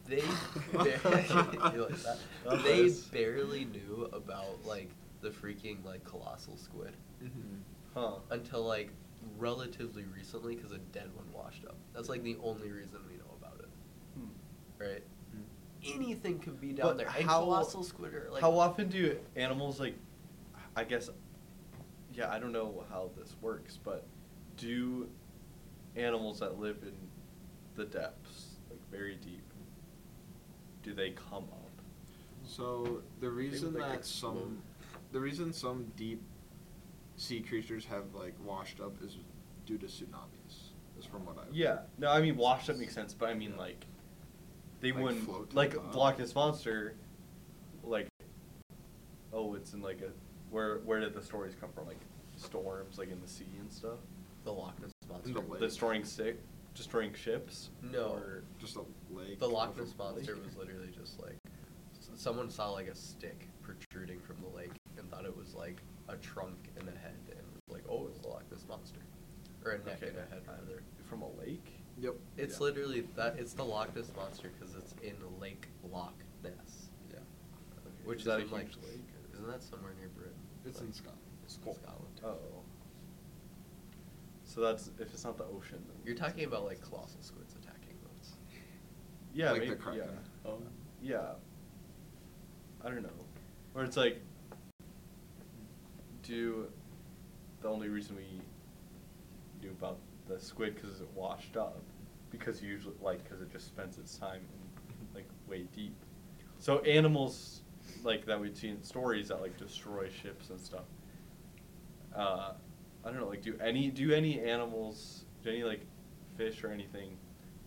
They, <laughs> bar- <laughs> You like that? That they was- barely knew about like the freaking like colossal squid Mm-hmm. Mm-hmm. Huh. until like relatively recently because a dead one washed up. That's like the only reason we know about it, Hmm. right? Anything could be down there. And colossal squid are like Mm. how often do animals like? I guess. Yeah, I don't know how this works, but do animals that live in the depths, like very deep, do they come up? So the reason like, that explode. some, the reason some deep sea creatures have like washed up is due to tsunamis. Is from what I. Yeah, no, I mean washed up makes sense, but I mean like they Like wouldn't float to the like bottom. Loch Ness monster, like oh, it's in like a where where did the stories come from? Like storms, like in the sea and stuff. the Loch Ness monster. In the lake. Destroying sick, destroying ships. No. or- Just a lake. The Loch of a Ness monster lake. was literally just like s- someone saw like a stick protruding from the lake and thought it was like a trunk and a head and was like, oh, it's the Loch Ness monster, or a neck Okay. and a head rather. from a lake. Yep. It's literally that. It's the Loch Ness monster because it's in Lake Loch Ness, Yeah. which that a in, like, huge lake? or- Isn't that somewhere near Britain? It's Like, in Scotland. it's in Scotland. Scotland. Oh. So that's if it's not the ocean. Then You're talking about like colossal squids attacking boats. Yeah, Like Um, the maybe, yeah, kraken. Oh. yeah. I don't know. Or it's like, do the only reason we knew about the squid because it washed up, because usually like because it just spends its time in, like way deep. So animals like that we've seen in stories that like destroy ships and stuff. Uh, I don't know. Like, do any do any animals, do any like fish or anything,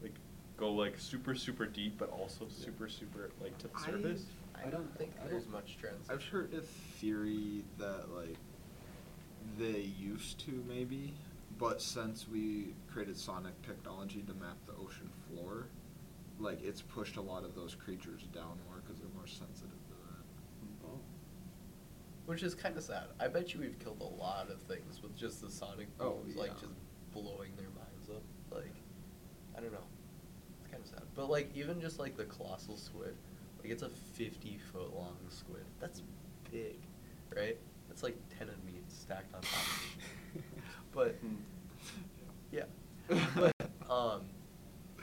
like go like super super deep, but also super super like to the I- surface? I I don't, don't- think I don't- there's much transition. <laughs> I've heard a theory that like they used to maybe, but since we created sonic technology to map the ocean floor, like it's pushed a lot of those creatures down more because they're more sensitive to that. Oh. Which is kind of sad. I bet you we've killed a lot of things with just the sonic Oh, booms, like yeah. just blowing their minds up. Like, I don't know. It's kind of sad. But like, even just like the colossal squid, like it's a 50 foot long squid. That's big, right? That's like 10 of me stacked on top of <laughs> each other. But mm, yeah. But um,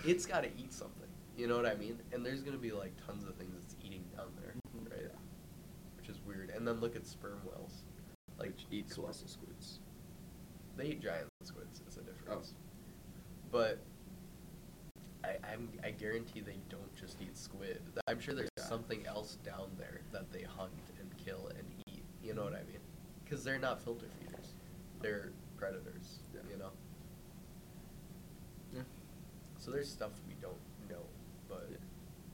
it's got to eat something. You know what I mean? And there's gonna be like tons of things it's eating down there, Mhm. right? Which is weird. And then look at sperm whales, like Which eat sperm- colossal squids. They eat giant squids. It's a difference. Oh. But I, I'm I guarantee they don't just eat squid. I'm sure there's Yeah. something else down there that they hunt and kill and eat. You know what I mean? Because they're not filter feeders. They're predators. Yeah. You know. Yeah. So there's stuff we don't know, but Yeah.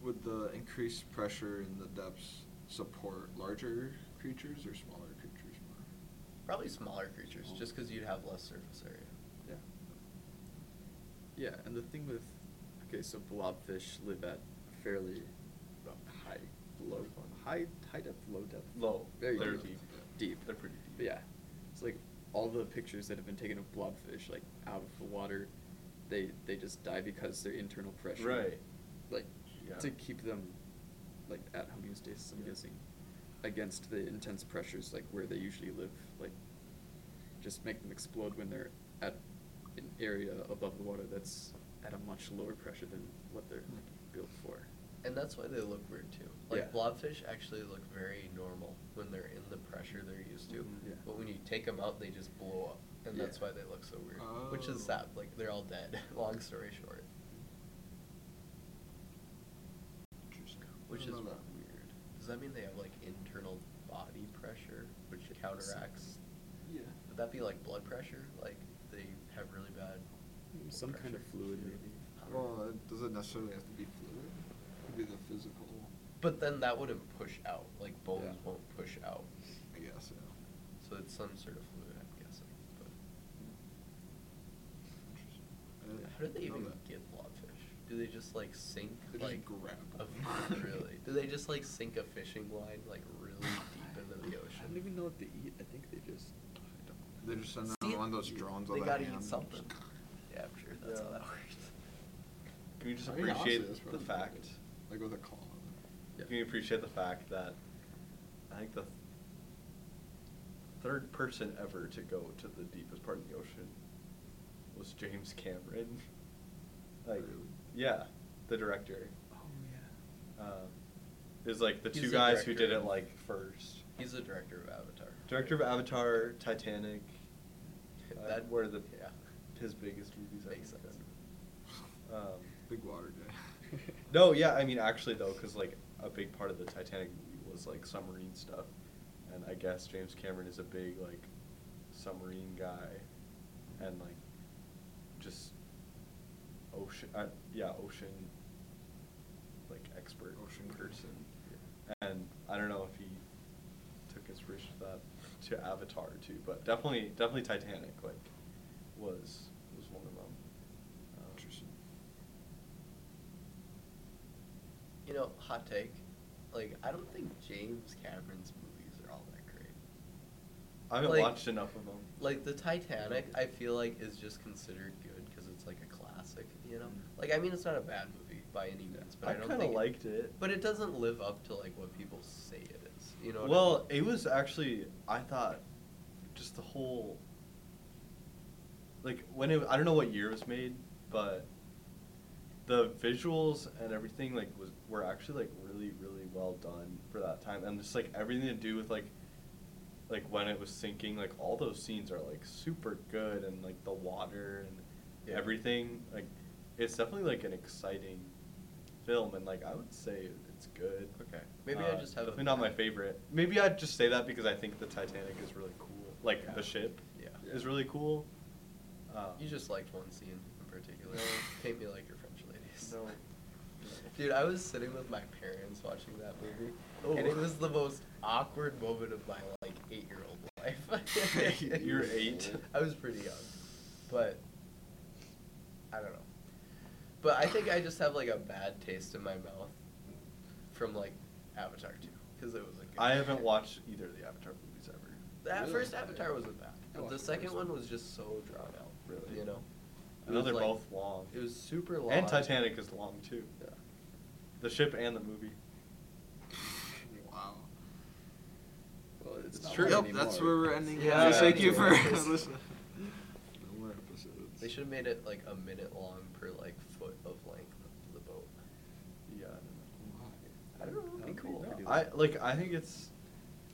Would the increased pressure in the depths support larger creatures or smaller creatures more? probably smaller creatures, just because you'd have less surface area. Yeah. Yeah, and the thing with okay, so blobfish live at fairly high, low, high, high depth, low depth, Low. very They're deep, deep. deep. They're pretty deep. But yeah, it's like all the pictures that have been taken of blobfish, like out of the water, they they just die because their internal pressure, Right. Like Yeah. to keep them like at homeostasis, I'm Yeah. guessing, against the intense pressures, like where they usually live, like just make them explode when they're at an area above the water that's at a much lower pressure than what they're Hmm. built for. And that's why they look weird too. Like Yeah. blobfish actually look very normal when they're in the pressure they're used to. Mhm. Mm-hmm. Yeah. But when you take them out, they just blow up, and that's Yeah. why they look so weird. Which is Oh. sad. Like they're all dead. <laughs> Long story short, Interesting. which I is don't weird. know Does that mean they have like internal body pressure, which counteracts? Yeah. Would that be like blood pressure? Like they have really bad. blood Some kind of pressure? fluid, maybe. uh, I that. don't know. Well, it doesn't necessarily have to be fluid. It could be the physical, But then that wouldn't push out. Like bones Yeah. won't push out. I guess. Yeah. So it's some sort of fluid, I'm guessing. But Interesting. Uh, I how do they didn't know even that. get blobfish? Do they just like sink They just like grab a, 'em. <laughs> really? Do they just like sink a fishing line like really deep into the <sighs> I don't ocean? even know what they eat. I think they just They just send See, out one of those drones. They with a gotta hand. eat something. Yeah, I'm sure that's how Yeah. that works. Can you just I mean, honestly, appreciate that's the probably fact? good. Like with a claw. Yeah. Can you appreciate the fact that I think the third person ever to go to the deepest part of the ocean was James Cameron. <laughs> like, Really? yeah, the director. oh yeah. Um, it was like the He's two the guys who director. did it like first. He's the director of Avatar. Director of Avatar, Titanic. uh, That- where the yeah. his biggest movies. I Makes think. sense. Um, Big water guy. <laughs> No, yeah, I mean, actually, though, because like a big part of the Titanic movie was like submarine stuff, and I guess James Cameron is a big like submarine guy, and like just ocean, uh, yeah, ocean like expert Ocean person, and I don't know if he took inspiration from that to Avatar too, but definitely, definitely Titanic like was was one of them. Um, Interesting. You know, hot take. Like I don't think James Cameron's movies are all that great. I haven't Like- watched enough of them. Like the Titanic, I feel like is just considered good because it's like a classic, you know. Mhm. Like I mean, it's not a bad movie by any means, but I, don't kinda think liked it. But it doesn't live up to like what people say it is. You know. what I well, mean? it was actually I thought just the whole like when it I don't know what year it was made, but the visuals and everything like was were actually like really really well done for that time, and just like everything to do with like like when it was sinking, like all those scenes are like super good, and like the water and Yeah. everything, like it's definitely like an exciting film, and like I would say it's good. Okay. Maybe I Uh, just have a- definitely not my favorite. Maybe I'd just say that because I think the Titanic is really cool. Like Yeah. the ship Yeah. is really cool. Uh, You just liked one scene in particular. No. Paint me like your French ladies. No. <laughs> Dude, I was sitting with my parents watching that movie, and Oh. it was the most awkward moment of my like eight-year-old life. <laughs> You were eight? I was pretty young, but I don't know. But I think I just have like a bad taste in my mouth from like Avatar 2 because it was a. Good I haven't watched either of the Avatar movies ever. That Really? first Avatar wasn't bad, I Oh, but watched the the second first one one. was just so drawn out. Really? You know. It I know was, they're like- both long. It was super long. And Titanic is long too. Yeah. The ship and the movie. Wow. Well, it's, It's not true. long Yep, anymore. that's where we're ending. guys. Yeah. Thank you for Anyways. <laughs> listening. No more episodes. They should have made it like a minute long per like foot of length of the boat. Yeah. I I don't don't know. It'd be Okay, cool. that'd be know. I like. I think it's.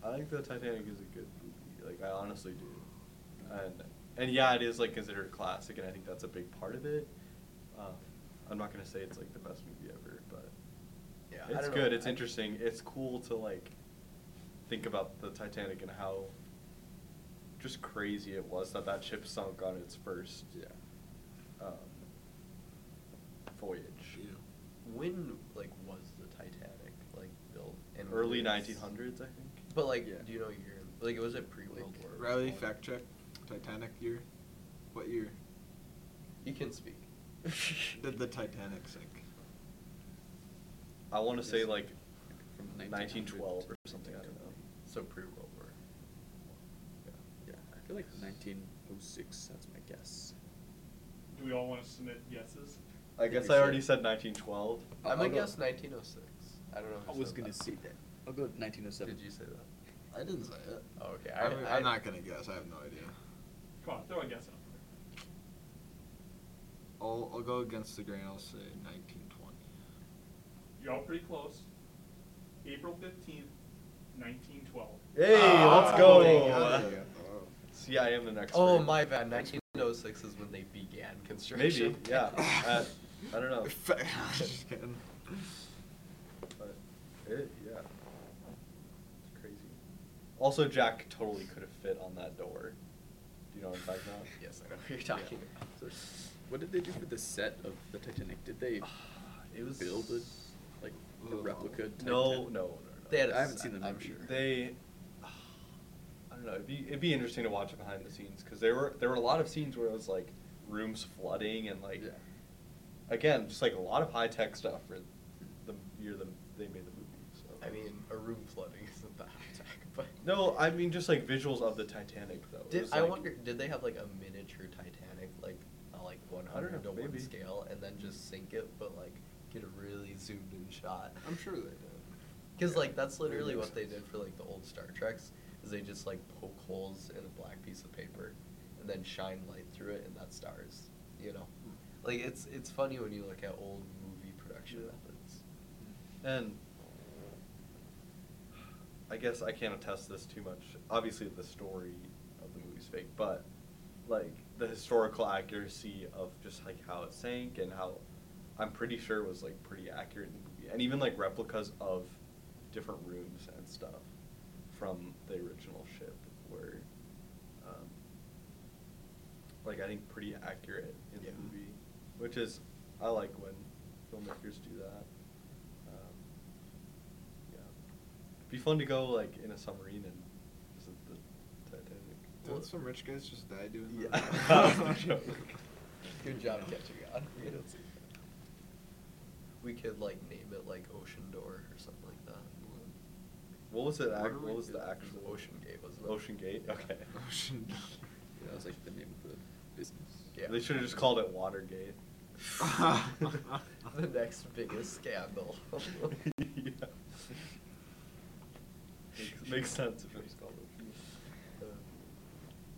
I think the Titanic is a good movie. Like I honestly do. And and yeah, it is like considered a classic, and I think that's a big part of it. Um, I'm not gonna say it's like the best movie ever, but Yeah, I it's don't know. good. It's I- interesting. It's cool to like think about the Titanic and how just crazy it was that that ship sunk on its first Yeah. um, voyage. Yeah. When like was the Titanic like built? And Early when it's- 1900s, I think. But like, Yeah. do you know year? Like, was it pre World War? Riley, I? fact check. Titanic year. What year You can speak. <laughs> <laughs> did the Titanic sink? I want to say Yes. like From 1912 or something. I don't know. So pre World War. Yeah, I feel like 1906. That's my guess. Do we all want to submit yeses? I think guess we I already should. said 1912. Oh, I'll- I'm gonna I'll go- guess 1906. I don't know. who I was said gonna that. say that. I'll go with 1907. Did you say that? I didn't say it. Oh, okay. I, I, am I, I'm not gonna guess. I have no idea. Come on, throw a guess out I'll, I'll go against the grain. I'll say 1920. there. You're all pretty close. April fifteenth, nineteen twelve. Hey, let's Ah, go. there you go. Uh, See, I am the next. Oh my bad. 1906 is when they began construction. Maybe, <laughs> yeah. Oh. Uh, I don't know. <laughs> Just kidding. But it, yeah. It's crazy. Also, Jack totally could have fit on that door. Do you know what I'm talking about? Yes, I know who you're talking about. So, what did they do for the set of the Titanic? Did they It was build it like a Ugh. replica? type No, no, tent? no, no. They had a I haven't set, seen the I'm movie. sure. They, I don't know. It'd be, it'd be interesting to watch it behind the scenes because there were there were a lot of scenes where it was like rooms flooding and like, Yeah. again, just like a lot of high tech stuff for the year that they made the movie. So I mean, a room flooding isn't that high tech, but no, I mean just like visuals of the Titanic though. It Did, was, I like- wonder? Did they have like a miniature Titanic, like a, like one I don't hundred to know, maybe. one scale, and then just sink it, but like get a really zoomed in shot? I'm sure they did. Because Yeah, like that's that would literally make what they sense. did for like the old Star Treks, is they just like poke holes in a black piece of paper, and then shine light through it, and that's stars. You know, like it's it's funny when you look at old movie production Yeah. methods. And I guess I can't attest this too much. Obviously, the story of the movie's fake, but like the historical accuracy of just like how it sank and how I'm pretty sure it was like pretty accurate in the movie, and even like replicas of different rooms and stuff from the original ship were um, like I think pretty accurate in Yeah. the movie, which is I like when filmmakers do that. Um, yeah, It'd be fun to go like in a submarine and visit the Titanic. Didn't some rich guys just die doing Yeah, that? that was <laughs> the joke. <laughs> Good job catching on. Yeah, that's it. We could like name it like Ocean Door or something like that. What was it? What Ac- are what we was the doing? actual Ocean Gate, wasn't it? Ocean Gate. Yeah. Okay. Ocean. That was like the name of the business. Yeah. They should have just called it <laughs> Watergate. <laughs> the next biggest scandal. yeah. Makes, <laughs> makes sense if it was called Ocean. Uh,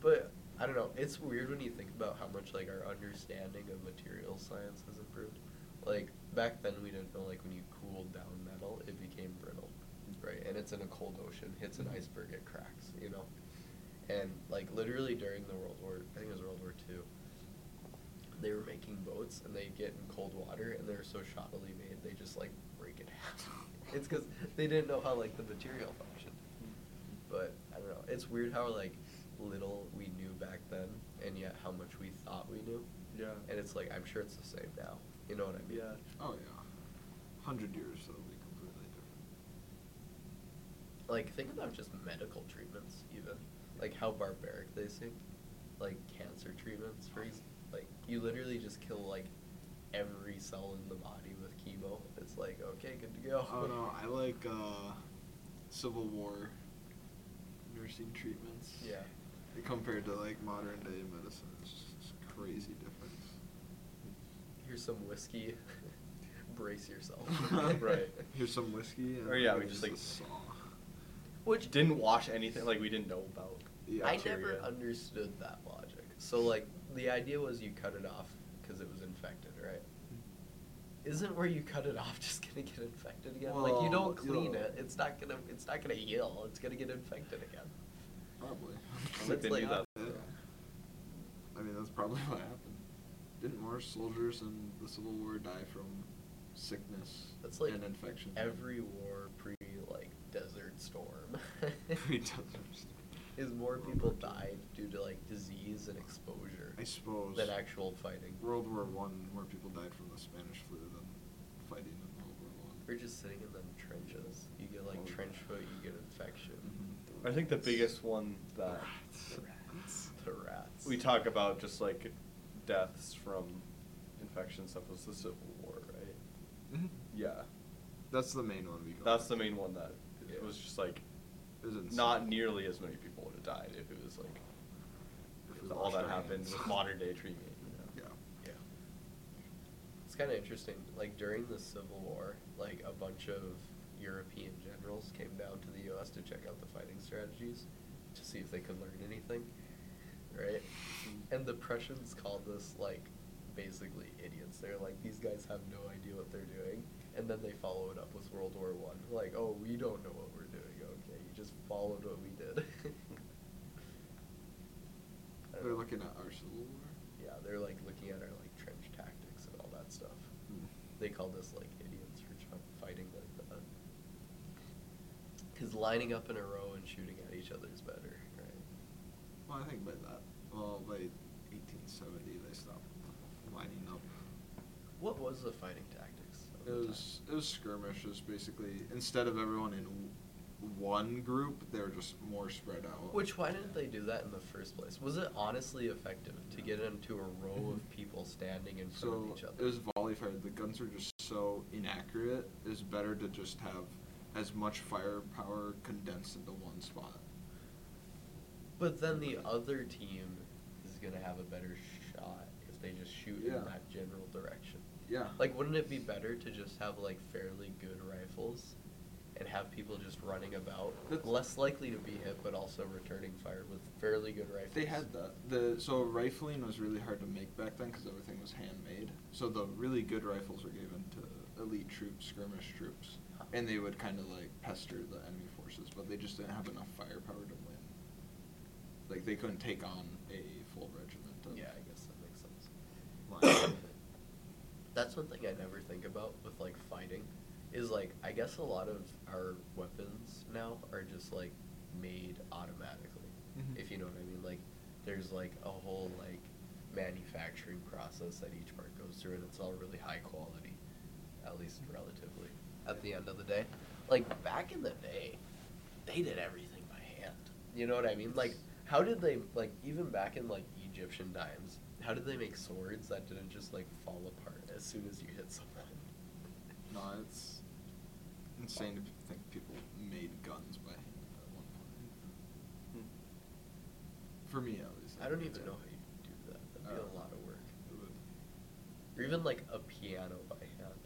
but I don't know. It's weird when you think about how much like our understanding of material science has improved. like back then we didn't know like when you cooled down metal it became brittle, right? And it's in a cold ocean, hits an iceberg, it cracks, you know. And like literally during the World War, I think it was World War Two. They were making boats and they get in cold water and they're so shoddily made they just like break it half. <laughs> it's because they didn't know how like the material functioned. But I don't know. It's weird how like little we knew back then and yet how much we thought we knew. Yeah. And it's like I'm sure it's the same now. You know what I mean? Yeah. Oh yeah, hundred years that'll be completely different. Like think about just medical treatments even. Like how barbaric they seem. Like cancer treatments for ex- like you literally just kill like every cell in the body with chemo. It's like okay, good to go. Oh no, I like uh, Civil War nursing treatments. Yeah. Compared to like modern day medicine, it's just it's crazy difference. Here's some whiskey. <laughs> Brace <laughs> yourself. Oh, <laughs> Right. Here's some whiskey. And Or, yeah, we here's just, like- the saw. Which didn't wash anything like we didn't know about. Yeah. I never bacteria. understood that logic. So like the idea was you cut it off because it was infected, right? Isn't where you cut it off <laughs> just gonna get infected again? like you Well, don't clean yeah. it, it's not gonna it's not gonna heal. It's gonna get infected again. Probably. I think they It's knew like- that. Yeah. I mean, that's probably <laughs> what happened. Didn't more soldiers in the Civil War die from sickness That's like and infection? every <laughs> war pre like desert storm. <laughs> Every desert. <laughs> Is more people died due to like disease and exposure I suppose. than actual fighting. World War One, more people died from the Spanish flu than fighting in World War One. We're just sitting in them trenches. You get like Oh, yeah. trench foot, you get infection. Mm-hmm. I think the biggest one that Ah, The rats. we talk about just like deaths from infection stuff was the Civil War, right? Mhm. Yeah. That's the main one we go. That's the with. main one that it was just like It was insane. not nearly as many people would have died if it was like If if we all washed that our happened hands. with modern day treatment. You Yeah. know? Yeah. It's kind of interesting. Like during the Civil War, like a bunch of European generals came down to the U.S. to check out the fighting strategies to see if they could learn anything, right? And the Prussians called this like basically idiots. They're like these guys have no idea what they're doing, and then they follow it up with World War One. Like, oh, we don't know what we're doing. Okay, you just followed what we did. <laughs> I don't They're know. looking at our Civil War. Yeah, they're like looking at our like trench tactics and all that stuff. Hmm. They call this like idiots for ch- fighting like that. Because lining up in a row and shooting at each other is better, right? Well, I think by that, well, by 1870, they stopped lining up. What was the fighting tactics? of It the time? was it was skirmishes basically. Instead of everyone in one group, they were just more spread out. Which why didn't they do that in the first place? Was it honestly effective to get into a row of people standing in front so of each it other? was volley fire. The guns were just so inaccurate. It's better to just have as much firepower condensed into one spot. but then the other team is gonna have a better shot if they just shoot Yeah. in that general direction. Yeah. Like, wouldn't it be better to just have like fairly good rifles, and have people just running about, That's- less likely to be hit, but also returning fire with fairly good rifles? They had that. The so rifling was really hard to make back then because everything was handmade. So the really good rifles were given to elite troops, skirmish troops, and they would kind of like pester the enemy forces, but they just didn't have enough firepower to win. Like they couldn't take on a full regiment. Of Yeah, I guess that makes sense. lions. That's one thing I never think about with like fighting, is like I guess a lot of our weapons now are just like made automatically, Mhm. if you know what I mean. Like, there's like a whole like manufacturing process that each part goes through, and it's all really high quality, at least relatively. At the end of the day, like back in the day, they did everything by hand. You know what I mean? Like, how did they like even back in like Egyptian times? How did they make swords that didn't just like fall apart as soon as you hit someone? no, it's insane to think people made guns by hand at one point. Hmm. For me, at least. I don't even know how you do that. That'd be Oh. a Uh, lot of work. It would- Or even like a piano by hand.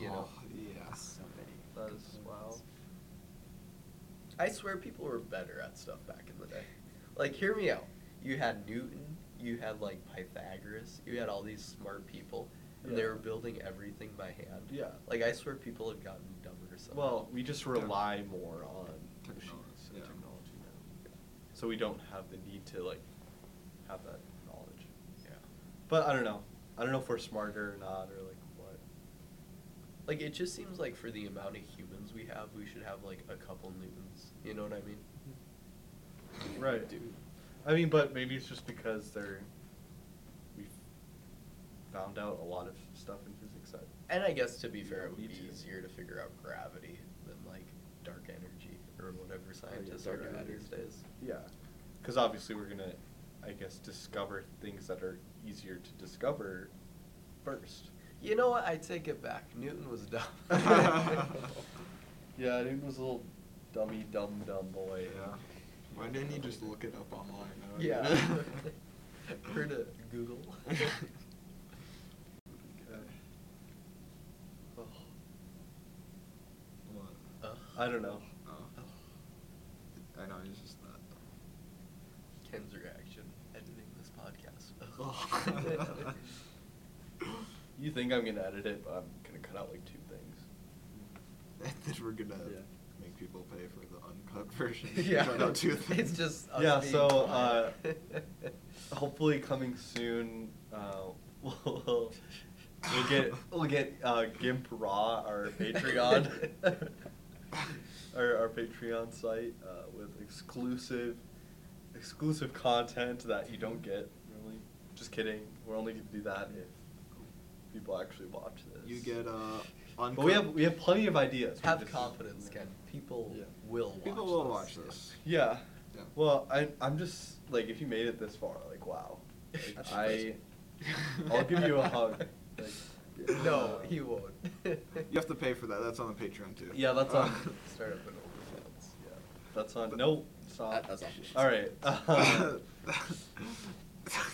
You know? Oh, yeah. That is wow. I swear people were better at stuff back in the day. Like, hear me out. You had Newton, you had like Pythagoras, you had all these smart people, and they Yeah. were building everything by hand. Yeah. Like I swear people have gotten dumber. Somehow. Well, we just rely more on Technology, machines and yeah. technology now. So we don't have the need to like have that knowledge. yeah. But I don't know. I don't know if we're smarter or not or like what. Like it just seems like for the amount of humans we have, we should have like a couple Newtons. You know what I mean? Right. Dude. I mean, but maybe it's just because they're we found out a lot of stuff in physics that And I guess to be fair, it would Me be too. easier to figure out gravity than like dark energy or whatever scientists dark are doing matter. these days. yeah, because obviously we're gonna, I guess, discover things that are easier to discover first. You know what? I take it back. Newton was dumb. <laughs> Yeah, dude was a little dummy dumb dumb boy. Yeah. Why didn't you just look it up online? I don't <laughs> yeah. <laughs> get Heard to Google. it. Okay. Oh, What? Ugh. I don't know. Oh. Ugh. I know, he's just not. <laughs> Ken's reaction editing this podcast. <laughs> Oh. <laughs> You think I'm gonna edit it, but I'm gonna cut out like two things. And then we're gonna Yeah. make people pay for the uncut <laughs> version. <laughs> yeah. Try not to think. It's just us Yeah, being so, uh, quiet. <laughs> Hopefully, coming soon, uh, <laughs> we'll we'll get we'll get uh, Gimp Raw our Patreon, <laughs> our, our Patreon site uh, with exclusive exclusive content that you don't get normally. Just kidding. We're only gonna do that if people actually watch this. You get uh, But we have uncut- we have plenty of ideas. We Have just- confidence, Ken. People Yeah. will watch People will watch this. this. Yeah. Yeah. Well, I I'm just like if you made it this far, like wow. Like, That's <laughs> I impressive. I'll give you a hug. Like, <laughs> No, uh, he won't. You have to pay for that. That's on the Patreon too. <laughs> Uh, Yeah, that's um, <laughs> on- Start up an OnlyFans. Yeah, that's on. No, stop. That- that's off. All right. <laughs> <laughs> <laughs>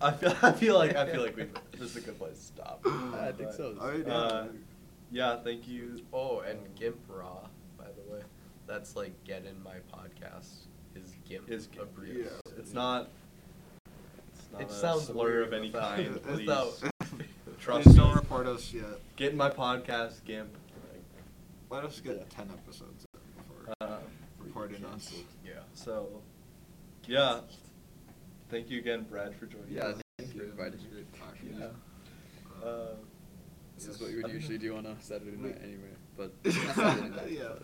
I feel I feel like I feel like we this is a good place to stop. I think so. I mean, yeah. Uh, yeah. Thank you. Oh, and Gimp Raw, by the way. That's like get in my podcast is Gimp Is Gimp, abbreviated. yeah. It's not. It's not It a sounds slur weird of any without- kind. <laughs> Please without- Trust Don't me. report us yet. get in my podcast, Gimp. Let us get Yeah. ten episodes in before Uh, reporting us. Yeah. So, yeah. Thank you again, Brad, for joining Yeah, us. thank you for inviting me. Yeah. Yeah. Uh, This Yes. is what we would usually do on a Saturday We- night anyway. <laughs> But <laughs> yeah. but-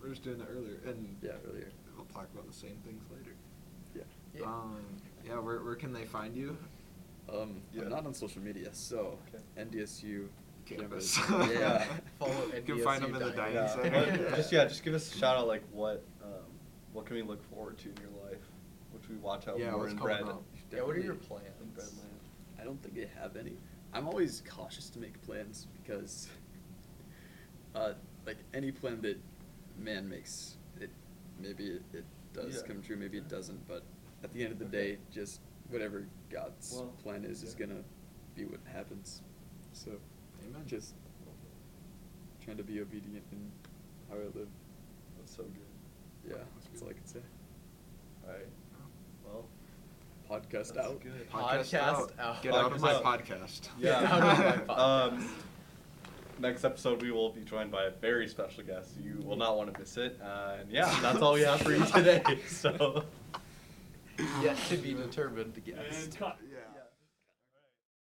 We're just doing it earlier, and Yeah, earlier. we'll talk about the same things later. Yeah. Yeah. Um, yeah. Where where can they find you? Um, Yeah. I'm not on social media, so Okay. NDSU Campus. <laughs> <laughs> yeah. Follow You can find NDSU them in the dining Dining yeah, <laughs> center. what- Yeah. Just yeah, just give us a shout out like what um, what can we look forward to in your life, which we watch out Yeah, more what's in coming bread. up? Yeah, what are your Definitely. plans? In bread land. I don't think they have any. I'm always cautious to make plans because, <laughs> uh, like any plan that man makes, it maybe it, it does Yeah. come true, maybe it doesn't. But at the end of the Okay. day, just whatever God's Well, plan is is yeah. gonna be what happens. So, Amen. just trying to be obedient in how I live. That's so good. Yeah, That's that's good. all I can say. All right. Well. Podcast That's out. good. Podcast, Podcast out. out. Get out of my Podcast out. podcast. <laughs> Yeah. Get out of my <laughs> um, podcast. next episode, we will be joined by a very special guest. You will not want to miss it. Uh, and yeah, that's all we have for you today. <laughs> So. Yet to be determined, yes. And cut.